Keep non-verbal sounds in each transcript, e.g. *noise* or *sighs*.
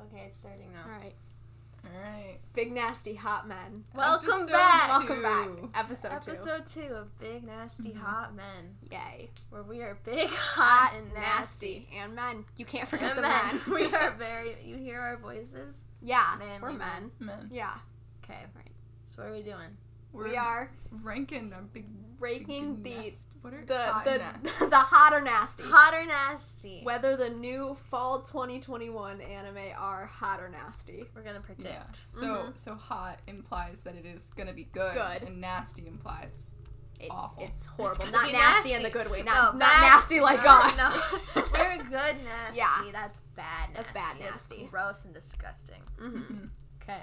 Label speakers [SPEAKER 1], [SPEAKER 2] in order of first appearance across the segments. [SPEAKER 1] Okay, it's starting now.
[SPEAKER 2] All right.
[SPEAKER 3] All right.
[SPEAKER 2] Big nasty hot men.
[SPEAKER 1] Welcome
[SPEAKER 3] Episode
[SPEAKER 1] back.
[SPEAKER 2] Welcome back.
[SPEAKER 3] Two.
[SPEAKER 2] Episode, Mm-hmm.
[SPEAKER 1] Episode two of Big Nasty Hot Men,
[SPEAKER 2] two. Yay.
[SPEAKER 1] where we are big, hot, and nasty.
[SPEAKER 2] Nasty. And men. You can't forget
[SPEAKER 1] And
[SPEAKER 2] the
[SPEAKER 1] men,
[SPEAKER 2] men.
[SPEAKER 1] *laughs* we
[SPEAKER 2] *laughs*
[SPEAKER 1] are very. You hear our voices?
[SPEAKER 2] Yeah.
[SPEAKER 1] manly
[SPEAKER 2] we're men.
[SPEAKER 1] men.
[SPEAKER 3] Man,
[SPEAKER 2] Yeah.
[SPEAKER 1] Okay.
[SPEAKER 2] Right.
[SPEAKER 1] So what are we doing?
[SPEAKER 3] we're
[SPEAKER 2] we are
[SPEAKER 3] ranking them big.
[SPEAKER 2] ranking
[SPEAKER 3] big
[SPEAKER 2] the
[SPEAKER 3] nest- What are
[SPEAKER 2] the
[SPEAKER 3] hot
[SPEAKER 2] the, *laughs*
[SPEAKER 3] nest.
[SPEAKER 2] the hot or nasty.
[SPEAKER 1] Hot or nasty?
[SPEAKER 2] Whether the new fall 2021 anime are hot or nasty.
[SPEAKER 1] We're gonna predict.
[SPEAKER 3] Yeah. So
[SPEAKER 1] Mm-hmm.
[SPEAKER 2] Mhm.
[SPEAKER 3] so hot implies that it is gonna be good.
[SPEAKER 2] Good.
[SPEAKER 3] and nasty implies
[SPEAKER 2] It's
[SPEAKER 3] Awful.
[SPEAKER 2] it's horrible.
[SPEAKER 1] It's
[SPEAKER 2] not
[SPEAKER 1] gonna
[SPEAKER 2] nasty,
[SPEAKER 1] be
[SPEAKER 2] in the
[SPEAKER 1] nasty.
[SPEAKER 2] good way. Not
[SPEAKER 1] No,
[SPEAKER 2] not
[SPEAKER 1] bad-
[SPEAKER 2] nasty like
[SPEAKER 1] no,
[SPEAKER 2] us.
[SPEAKER 1] no. Oh *laughs*
[SPEAKER 2] *laughs*
[SPEAKER 1] We're good nasty.
[SPEAKER 2] Yeah.
[SPEAKER 1] That's bad. Nasty.
[SPEAKER 2] That's bad nasty.
[SPEAKER 1] gross and disgusting.
[SPEAKER 2] Mhm.
[SPEAKER 1] Okay.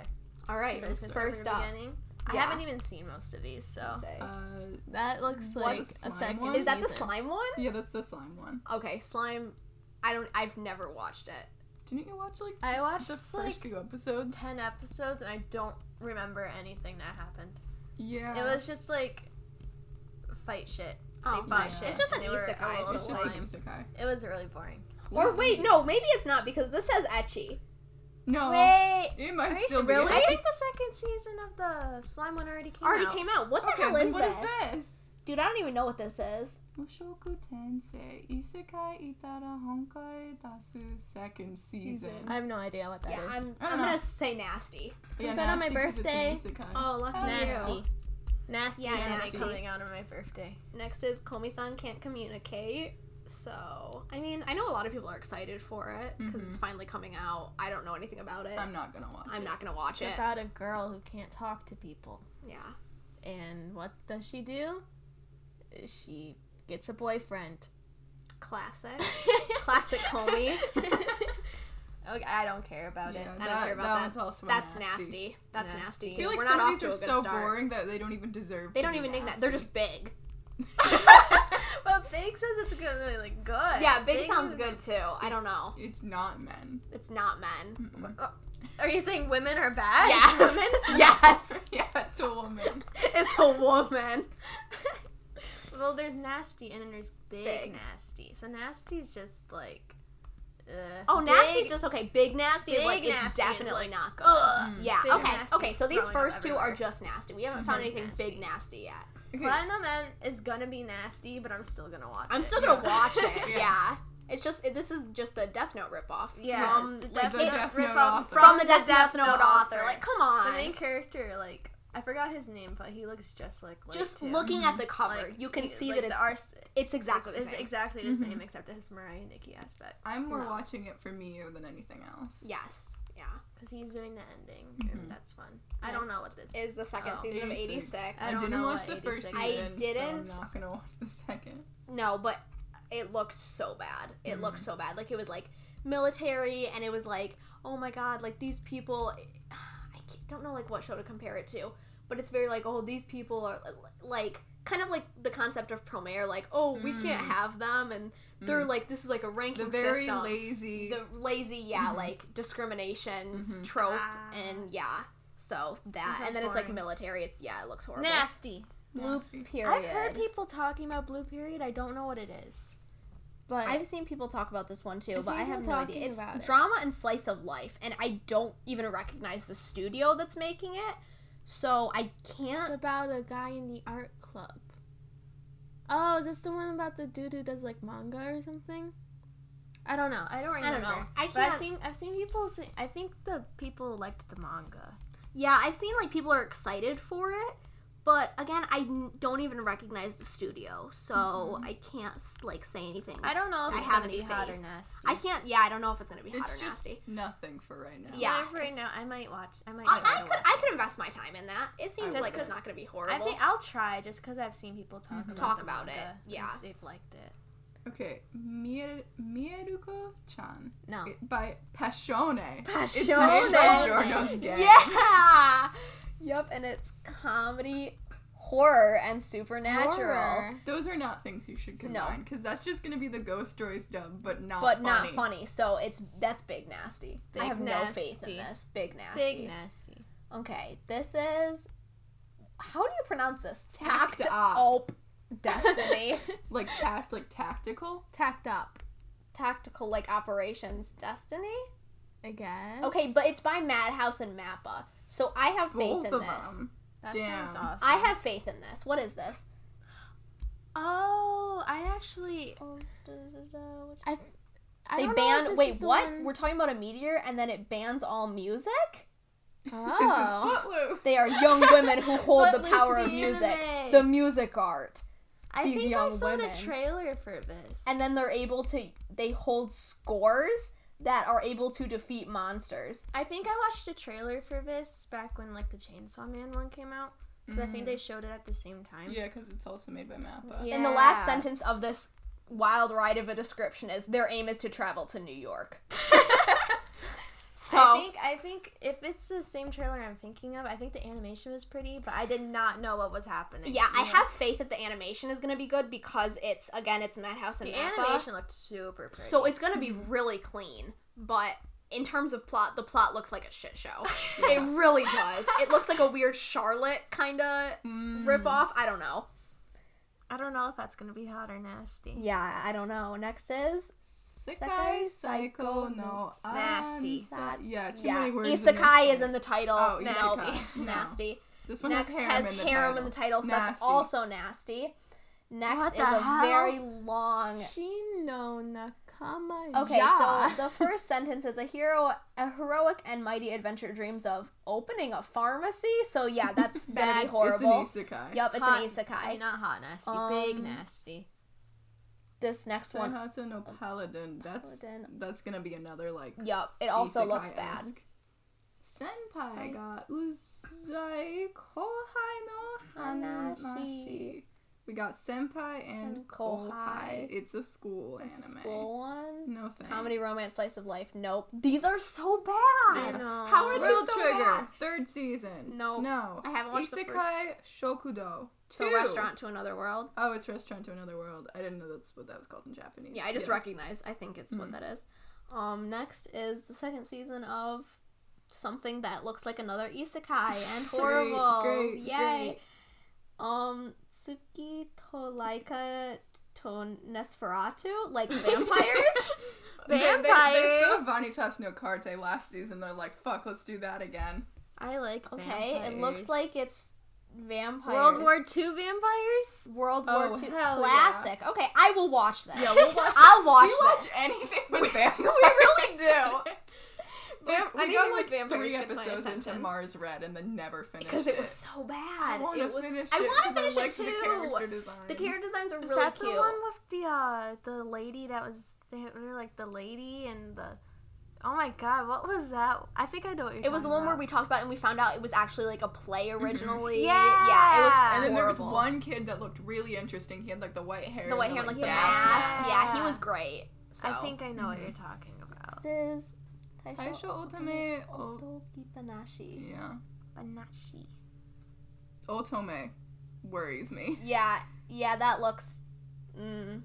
[SPEAKER 2] All right.
[SPEAKER 1] So it's gonna start
[SPEAKER 2] First
[SPEAKER 1] from the
[SPEAKER 2] up,
[SPEAKER 1] beginning? I
[SPEAKER 2] Yeah.
[SPEAKER 1] haven't even seen most of these, so
[SPEAKER 2] I'd say.
[SPEAKER 3] Uh,
[SPEAKER 1] that looks
[SPEAKER 3] What,
[SPEAKER 1] like
[SPEAKER 3] the
[SPEAKER 1] a
[SPEAKER 3] slime
[SPEAKER 1] second.
[SPEAKER 3] one?
[SPEAKER 2] is that the
[SPEAKER 1] season.
[SPEAKER 2] slime one?
[SPEAKER 3] yeah, that's the slime one.
[SPEAKER 2] Okay, slime. I don't. I've never watched it.
[SPEAKER 3] Didn't you watch like
[SPEAKER 1] I watched
[SPEAKER 3] the first
[SPEAKER 1] like
[SPEAKER 3] few episodes?
[SPEAKER 1] ten episodes, and I don't remember anything that happened.
[SPEAKER 3] Yeah.
[SPEAKER 1] It was just like fight shit.
[SPEAKER 2] Oh,
[SPEAKER 1] fought
[SPEAKER 3] yeah.
[SPEAKER 1] shit.
[SPEAKER 2] It's just an
[SPEAKER 1] and they were
[SPEAKER 2] isekai,
[SPEAKER 1] all
[SPEAKER 2] so
[SPEAKER 3] It's just like
[SPEAKER 1] slime.
[SPEAKER 3] isekai.
[SPEAKER 1] It was really boring.
[SPEAKER 2] Or wait, no, maybe it's not because this says etchy.
[SPEAKER 3] No.
[SPEAKER 1] Wait,
[SPEAKER 3] It
[SPEAKER 1] are
[SPEAKER 3] might
[SPEAKER 1] you
[SPEAKER 3] still
[SPEAKER 1] sure?
[SPEAKER 3] be.
[SPEAKER 2] Oh. Really?
[SPEAKER 1] I think the second season of the slime one already came
[SPEAKER 2] Already
[SPEAKER 1] out.
[SPEAKER 2] came out. What the
[SPEAKER 3] Okay,
[SPEAKER 2] hell
[SPEAKER 3] then
[SPEAKER 2] is
[SPEAKER 3] what
[SPEAKER 2] this?
[SPEAKER 3] is this?
[SPEAKER 2] Dude, I don't even know what this is.
[SPEAKER 3] Mushoku Tensei Isekai Itara Honkai Dasu second season.
[SPEAKER 1] I have no idea what that
[SPEAKER 2] yeah,
[SPEAKER 1] is.
[SPEAKER 2] I'm.
[SPEAKER 3] I
[SPEAKER 2] I'm
[SPEAKER 3] don't
[SPEAKER 2] gonna
[SPEAKER 3] know.
[SPEAKER 2] say nasty.
[SPEAKER 1] Comes out on my
[SPEAKER 3] nasty 'cause it's an
[SPEAKER 1] birthday.
[SPEAKER 3] isekai.
[SPEAKER 2] Oh, lucky
[SPEAKER 3] Hell yeah.
[SPEAKER 2] you.
[SPEAKER 1] nasty. Nasty
[SPEAKER 2] Yeah,
[SPEAKER 1] anime
[SPEAKER 2] nasty.
[SPEAKER 1] coming out on my birthday.
[SPEAKER 2] Next is Komi-san can't communicate. So, I mean, I know a lot of people are excited for it because
[SPEAKER 3] Mm-hmm.
[SPEAKER 2] it's finally coming out. I don't know anything about it.
[SPEAKER 3] I'm
[SPEAKER 2] I'm,
[SPEAKER 3] not gonna watch. it.
[SPEAKER 2] not gonna watch it.
[SPEAKER 1] about a girl who can't talk to people.
[SPEAKER 2] Yeah.
[SPEAKER 1] And what does she do? She gets a boyfriend.
[SPEAKER 2] Classic. *laughs* Classic Comey.
[SPEAKER 1] *laughs* okay, I don't care about
[SPEAKER 3] Yeah,
[SPEAKER 1] it.
[SPEAKER 2] I don't care about that.
[SPEAKER 3] one's also a
[SPEAKER 2] That's
[SPEAKER 3] nasty.
[SPEAKER 2] nasty. That's
[SPEAKER 1] Nasty.
[SPEAKER 2] nasty.
[SPEAKER 1] I
[SPEAKER 3] I feel like
[SPEAKER 2] We're
[SPEAKER 3] some
[SPEAKER 2] not
[SPEAKER 3] of
[SPEAKER 2] off
[SPEAKER 3] these
[SPEAKER 2] to
[SPEAKER 3] are
[SPEAKER 2] a good
[SPEAKER 3] so
[SPEAKER 2] start.
[SPEAKER 3] boring that they don't even deserve.
[SPEAKER 2] They
[SPEAKER 3] to
[SPEAKER 2] don't
[SPEAKER 3] be
[SPEAKER 2] even think
[SPEAKER 3] nasty.
[SPEAKER 2] that. They're just big.
[SPEAKER 1] *laughs* but Big says it's gonna like good.
[SPEAKER 2] Yeah, big sounds good too. I don't know.
[SPEAKER 3] It's not men. *laughs*
[SPEAKER 2] It's not men.
[SPEAKER 3] Mm-mm.
[SPEAKER 1] Are you saying women are bad?
[SPEAKER 2] Yes.
[SPEAKER 1] Oh, It's *laughs* women?
[SPEAKER 2] *laughs* Yes.
[SPEAKER 3] yeah, it's a woman.
[SPEAKER 2] It's a woman.
[SPEAKER 1] well, there's nasty and then there's big,
[SPEAKER 2] Big.
[SPEAKER 1] nasty. So nasty is just like. Ugh.
[SPEAKER 2] Oh, nasty's
[SPEAKER 1] Big-
[SPEAKER 2] just okay. Big nasty is
[SPEAKER 1] Big
[SPEAKER 2] like
[SPEAKER 1] nasty
[SPEAKER 2] it's
[SPEAKER 1] is
[SPEAKER 2] definitely
[SPEAKER 1] like,
[SPEAKER 2] not good. Mm.
[SPEAKER 1] Ugh.
[SPEAKER 2] Yeah.
[SPEAKER 1] Big
[SPEAKER 2] okay.
[SPEAKER 1] nasty's
[SPEAKER 2] Okay. So these
[SPEAKER 1] growing up
[SPEAKER 2] first two are
[SPEAKER 1] everywhere. Mm-hmm.
[SPEAKER 2] just nasty. We haven't found
[SPEAKER 1] Just
[SPEAKER 2] anything
[SPEAKER 1] nasty.
[SPEAKER 2] big nasty yet.
[SPEAKER 3] Okay,
[SPEAKER 1] Platinum Men is gonna be nasty, but I'm still gonna watch it.
[SPEAKER 2] Mm. I'm still gonna
[SPEAKER 3] Yeah.
[SPEAKER 2] watch it.
[SPEAKER 3] Yeah.
[SPEAKER 2] *laughs* Yeah. It's just it, this is just a Death Note ripoff.
[SPEAKER 1] *laughs* Yeah,
[SPEAKER 2] From,
[SPEAKER 1] it's the
[SPEAKER 2] like,
[SPEAKER 1] Death
[SPEAKER 2] it-
[SPEAKER 3] Note
[SPEAKER 1] Note
[SPEAKER 3] rip
[SPEAKER 1] ripoff
[SPEAKER 3] off.
[SPEAKER 1] from,
[SPEAKER 2] from, the Death, Note, author. Like, come
[SPEAKER 1] the
[SPEAKER 2] on.
[SPEAKER 1] main character, like I forgot his name, but he looks just like Lloyd
[SPEAKER 2] just
[SPEAKER 1] too.
[SPEAKER 2] looking at the cover,
[SPEAKER 1] Like,
[SPEAKER 2] you can
[SPEAKER 1] he-
[SPEAKER 2] see
[SPEAKER 1] like,
[SPEAKER 2] that it's
[SPEAKER 1] the arse-
[SPEAKER 2] it's exactly the
[SPEAKER 1] is
[SPEAKER 2] same. Mm-hmm.
[SPEAKER 1] exactly the
[SPEAKER 3] Mhm.
[SPEAKER 1] same except it has Mariah Nikki aspects.
[SPEAKER 3] I'm more
[SPEAKER 2] No.
[SPEAKER 3] watching it for Miu than anything else.
[SPEAKER 2] yes. Yeah.
[SPEAKER 1] because he's doing the ending,
[SPEAKER 3] Mhm.
[SPEAKER 2] Mm-hmm.
[SPEAKER 1] and that's fun. I don't know what this. is.
[SPEAKER 2] Is the second
[SPEAKER 1] Oh.
[SPEAKER 2] season of
[SPEAKER 3] 86.
[SPEAKER 2] '86.
[SPEAKER 1] I
[SPEAKER 3] I,
[SPEAKER 1] don't
[SPEAKER 3] didn't
[SPEAKER 1] know
[SPEAKER 3] watch
[SPEAKER 1] what
[SPEAKER 3] the first
[SPEAKER 1] 86
[SPEAKER 3] season.
[SPEAKER 1] is. I
[SPEAKER 2] didn't.
[SPEAKER 3] So I'm not gonna watch the second.
[SPEAKER 2] No, but it looked so bad.
[SPEAKER 3] Mm-hmm.
[SPEAKER 2] It looked so bad. Like it was like military, and it was like, oh my god, like these people. *sighs* I can't- don't know like what show to compare it to, but it's very like, oh, these people are like kind of like the concept of Promare, like, oh, we can't
[SPEAKER 3] Mm.
[SPEAKER 2] have them, and they're like, this is like a
[SPEAKER 3] The
[SPEAKER 2] ranking
[SPEAKER 3] very
[SPEAKER 2] system.
[SPEAKER 3] lazy.
[SPEAKER 2] the lazy, yeah,
[SPEAKER 3] Mhm.
[SPEAKER 2] like discrimination
[SPEAKER 3] Mhm.
[SPEAKER 2] trope,
[SPEAKER 1] Ah.
[SPEAKER 2] and yeah. So that,
[SPEAKER 1] sounds
[SPEAKER 2] and then it's like
[SPEAKER 1] boring.
[SPEAKER 2] military. It's yeah, it looks horrible.
[SPEAKER 1] Nasty.
[SPEAKER 2] Blue
[SPEAKER 3] Nasty.
[SPEAKER 2] period.
[SPEAKER 1] I've heard people talking about Blue Period. I don't know what it is, but
[SPEAKER 2] I've seen people talk about this one too,
[SPEAKER 1] I've
[SPEAKER 2] but
[SPEAKER 1] seen
[SPEAKER 2] I
[SPEAKER 1] people
[SPEAKER 2] have no idea.
[SPEAKER 1] talking
[SPEAKER 2] It's
[SPEAKER 1] about it.
[SPEAKER 2] drama and slice of life, and I don't even recognize the studio that's making it, so I
[SPEAKER 1] it's
[SPEAKER 2] can't.
[SPEAKER 1] about a guy in the art club. Oh, is this the one about the dude who does like manga or something? I don't know. I don't remember.
[SPEAKER 2] I don't know. I
[SPEAKER 1] But I've
[SPEAKER 2] can't-
[SPEAKER 1] seen I've seen people. Say, I think the people liked the manga.
[SPEAKER 2] yeah, I've seen like people are excited for it, but again, I n- don't even recognize the studio, so I can't s- like say anything.
[SPEAKER 1] Mm-hmm. I
[SPEAKER 2] I,
[SPEAKER 1] don't know if
[SPEAKER 2] I
[SPEAKER 1] it's
[SPEAKER 2] have
[SPEAKER 1] gonna be
[SPEAKER 2] any
[SPEAKER 1] hot
[SPEAKER 2] faith.
[SPEAKER 1] or nasty.
[SPEAKER 2] can't. Yeah, I don't know if it's gonna be hot
[SPEAKER 3] It's
[SPEAKER 2] or
[SPEAKER 3] just
[SPEAKER 2] nasty.
[SPEAKER 3] nothing for right now.
[SPEAKER 2] Yeah,
[SPEAKER 1] But for right
[SPEAKER 2] it's-
[SPEAKER 1] now, I might watch. I might.
[SPEAKER 2] I,
[SPEAKER 1] give
[SPEAKER 2] I
[SPEAKER 1] it a
[SPEAKER 2] could
[SPEAKER 1] watch.
[SPEAKER 2] I could invest my time in that. It seems
[SPEAKER 3] would
[SPEAKER 2] like
[SPEAKER 3] too.
[SPEAKER 2] it's not gonna be
[SPEAKER 1] I
[SPEAKER 2] horrible.
[SPEAKER 1] think I'll try just because I've seen people talk about
[SPEAKER 2] Mm-hmm. Talk
[SPEAKER 1] the
[SPEAKER 2] about it,
[SPEAKER 1] manga, and
[SPEAKER 2] yeah.
[SPEAKER 1] they've liked it.
[SPEAKER 3] Okay, Mier- Mieruko-chan
[SPEAKER 1] No,
[SPEAKER 3] It- by Passione. It's made by
[SPEAKER 2] Passione.
[SPEAKER 3] Giorno's gang.
[SPEAKER 2] Oh, Yeah. Yep, and it's comedy, horror, and supernatural.
[SPEAKER 3] Those are not things you should combine because that's just gonna be the Ghost Stories dub, but not
[SPEAKER 2] But
[SPEAKER 3] funny.
[SPEAKER 2] not funny. So it's that's big nasty.
[SPEAKER 1] Big
[SPEAKER 2] I have no faith in
[SPEAKER 1] nasty.
[SPEAKER 2] this. Big nasty.
[SPEAKER 1] big nasty.
[SPEAKER 2] okay, this is how do you pronounce this?
[SPEAKER 3] Tacked
[SPEAKER 2] Tacked
[SPEAKER 3] up.
[SPEAKER 2] up
[SPEAKER 1] *laughs*
[SPEAKER 2] destiny.
[SPEAKER 3] Like tact, like tactical.
[SPEAKER 1] Tacked up.
[SPEAKER 2] Tactical like operations destiny?
[SPEAKER 1] I guess.
[SPEAKER 2] Okay, but it's by Madhouse and Mappa. So I have faith
[SPEAKER 3] Both
[SPEAKER 2] in
[SPEAKER 3] of
[SPEAKER 2] this.
[SPEAKER 3] them.
[SPEAKER 1] that
[SPEAKER 3] Damn.
[SPEAKER 1] sounds awesome.
[SPEAKER 2] I have faith in this. What is this?
[SPEAKER 1] Oh, I actually. I. I
[SPEAKER 2] They
[SPEAKER 1] don't know if
[SPEAKER 2] ban.
[SPEAKER 1] this
[SPEAKER 2] Wait,
[SPEAKER 1] is the
[SPEAKER 2] what?
[SPEAKER 1] one-
[SPEAKER 2] We're talking about a meteor, and then it bans all music.
[SPEAKER 1] Oh.
[SPEAKER 3] This is Footloose.
[SPEAKER 2] They are young women
[SPEAKER 1] *laughs*
[SPEAKER 2] who hold the
[SPEAKER 1] Footloose
[SPEAKER 2] power
[SPEAKER 1] the
[SPEAKER 2] of music,
[SPEAKER 1] anime.
[SPEAKER 2] the music art,
[SPEAKER 1] I
[SPEAKER 2] these
[SPEAKER 1] think I
[SPEAKER 2] young
[SPEAKER 1] saw
[SPEAKER 2] women.
[SPEAKER 1] the trailer for this.
[SPEAKER 2] and then they're able to. They hold scores that are able to defeat monsters.
[SPEAKER 1] I think I watched a trailer for this back when like the Chainsaw Man one came out. Because I
[SPEAKER 2] Mm.
[SPEAKER 1] think they showed it at the same time.
[SPEAKER 3] Yeah, because it's also made by Mappa.
[SPEAKER 1] Yeah.
[SPEAKER 2] And the last sentence of this wild ride of a description is their aim is to travel to New York.
[SPEAKER 1] *laughs*
[SPEAKER 2] so
[SPEAKER 1] I think I think if it's the same trailer I'm thinking of, I think the animation was pretty, but I did not know what was happening.
[SPEAKER 2] yeah, I have faith that the animation is gonna be good because it's again it's Madhouse
[SPEAKER 1] the
[SPEAKER 2] and Mappa.
[SPEAKER 1] animation looked super pretty.
[SPEAKER 2] So it's gonna be really clean, but in terms of plot, the plot looks like a shit *laughs* show. It really does. It looks like a weird Charlotte kind of
[SPEAKER 3] Mm.
[SPEAKER 2] rip ripoff. I don't know.
[SPEAKER 1] I don't know if that's gonna be hot or nasty.
[SPEAKER 2] Yeah, I don't know. Next is
[SPEAKER 3] Isekai Psycho no
[SPEAKER 1] Nasty.
[SPEAKER 3] Ansa- Yeah, too
[SPEAKER 2] yeah.
[SPEAKER 3] many words. in
[SPEAKER 2] Isekai
[SPEAKER 3] this
[SPEAKER 2] is in the title.
[SPEAKER 3] Oh,
[SPEAKER 2] No. *laughs*
[SPEAKER 3] isekai. No.
[SPEAKER 2] Nasty.
[SPEAKER 3] This one
[SPEAKER 2] Next
[SPEAKER 3] has harem
[SPEAKER 2] has
[SPEAKER 3] in the
[SPEAKER 2] harem
[SPEAKER 3] title.
[SPEAKER 2] in the title, so it's
[SPEAKER 3] Nasty.
[SPEAKER 2] also nasty. Next
[SPEAKER 1] What
[SPEAKER 2] is
[SPEAKER 1] the
[SPEAKER 2] a
[SPEAKER 1] hell?
[SPEAKER 2] very long.
[SPEAKER 1] Shino Nakama.
[SPEAKER 2] Okay,
[SPEAKER 1] ja.
[SPEAKER 2] so the first sentence is a hero, a heroic and mighty adventure dreams of opening a pharmacy. So yeah,
[SPEAKER 3] *laughs*
[SPEAKER 2] that's gonna
[SPEAKER 1] Bad.
[SPEAKER 2] be
[SPEAKER 1] It's
[SPEAKER 2] horrible.
[SPEAKER 3] It's an isekai.
[SPEAKER 2] Yup, it's
[SPEAKER 1] Hot-
[SPEAKER 2] an isekai.
[SPEAKER 1] I mean, not hot nasty, big
[SPEAKER 2] Um,
[SPEAKER 1] nasty.
[SPEAKER 2] this next one,
[SPEAKER 3] Sanhata no Paladin. That's
[SPEAKER 2] Paladin.
[SPEAKER 3] that's gonna be another like.
[SPEAKER 2] yup, it also looks
[SPEAKER 3] isekai-esque.
[SPEAKER 2] bad.
[SPEAKER 3] Senpai ga uzai kohai no hanamashi.
[SPEAKER 2] Hanashi.
[SPEAKER 3] We got senpai and,
[SPEAKER 2] And
[SPEAKER 3] kohai.
[SPEAKER 2] kohai.
[SPEAKER 3] It's a school
[SPEAKER 2] It's a
[SPEAKER 3] anime.
[SPEAKER 2] school one.
[SPEAKER 3] No thanks.
[SPEAKER 2] Comedy, romance, slice of life. Nope, these are so
[SPEAKER 1] I
[SPEAKER 2] bad.
[SPEAKER 1] know.
[SPEAKER 3] How are
[SPEAKER 2] World
[SPEAKER 3] these so
[SPEAKER 2] Trigger.
[SPEAKER 3] bad? Third season.
[SPEAKER 2] Nope.
[SPEAKER 3] No.
[SPEAKER 2] I haven't watched the
[SPEAKER 3] Isekai
[SPEAKER 2] first-
[SPEAKER 3] Shokudo.
[SPEAKER 2] So
[SPEAKER 3] Two.
[SPEAKER 2] restaurant to another world.
[SPEAKER 3] Oh, it's Restaurant to Another World. I didn't know that's what that was called in Japanese.
[SPEAKER 2] Yeah, I just recognize. I think it's
[SPEAKER 3] Mm.
[SPEAKER 2] what that is. Um, next is the second season of something that looks like another isekai
[SPEAKER 3] *laughs*
[SPEAKER 2] and horrible.
[SPEAKER 3] great,
[SPEAKER 2] Yay. Um, Tsuki Tolaika to Nesferatu, like vampires.
[SPEAKER 3] *laughs* They- they-
[SPEAKER 1] Vampires.
[SPEAKER 3] They, saw Vanitas no Carte last season. They're like, fuck, let's do that again.
[SPEAKER 1] I like.
[SPEAKER 2] okay, it
[SPEAKER 1] vampires.
[SPEAKER 2] looks like it's vampires.
[SPEAKER 1] World War II vampires.
[SPEAKER 2] World
[SPEAKER 3] Oh,
[SPEAKER 2] War Two
[SPEAKER 3] hell yeah.
[SPEAKER 2] classic. Okay, I will watch that.
[SPEAKER 3] Yeah, we'll watch
[SPEAKER 2] *laughs* I'll watch
[SPEAKER 3] we watch
[SPEAKER 2] this. *laughs*
[SPEAKER 3] anything with vampires. *laughs* we
[SPEAKER 2] really do.
[SPEAKER 3] Vamp- we
[SPEAKER 2] anything
[SPEAKER 3] got
[SPEAKER 2] with
[SPEAKER 3] like
[SPEAKER 2] vampires
[SPEAKER 3] three
[SPEAKER 2] gets my
[SPEAKER 3] episodes into
[SPEAKER 2] attention.
[SPEAKER 3] Mars Red and then never finished
[SPEAKER 2] because it was so bad.
[SPEAKER 3] I want to
[SPEAKER 2] it was.
[SPEAKER 3] finish it.
[SPEAKER 2] I want to
[SPEAKER 3] 'cause
[SPEAKER 2] finish
[SPEAKER 3] liked
[SPEAKER 2] it too.
[SPEAKER 3] The character designs.
[SPEAKER 2] The character designs are
[SPEAKER 1] Is
[SPEAKER 2] really
[SPEAKER 1] that
[SPEAKER 2] cute.
[SPEAKER 1] the one with the uh the lady that was they were like the lady and the oh my god what was that I think I know what you're
[SPEAKER 2] It was the
[SPEAKER 1] talking
[SPEAKER 2] one where
[SPEAKER 1] about.
[SPEAKER 2] we talked about it and we found out it was actually like a play originally.
[SPEAKER 1] Yeah.
[SPEAKER 2] yeah, it was horrible.
[SPEAKER 3] Mm-hmm. And then there was one kid that looked really interesting. He had like the white hair.
[SPEAKER 2] the white hair, and, like the
[SPEAKER 1] Yeah.
[SPEAKER 2] mask. Yeah, he
[SPEAKER 1] Yeah.
[SPEAKER 2] was great. So
[SPEAKER 1] I think I know what you're talking about
[SPEAKER 2] this is
[SPEAKER 3] Taisho Otome. O-
[SPEAKER 2] Otokipanashi.
[SPEAKER 3] yeah.
[SPEAKER 1] but not she
[SPEAKER 3] Otome worries me.
[SPEAKER 2] Yeah, yeah, that looks. Mm.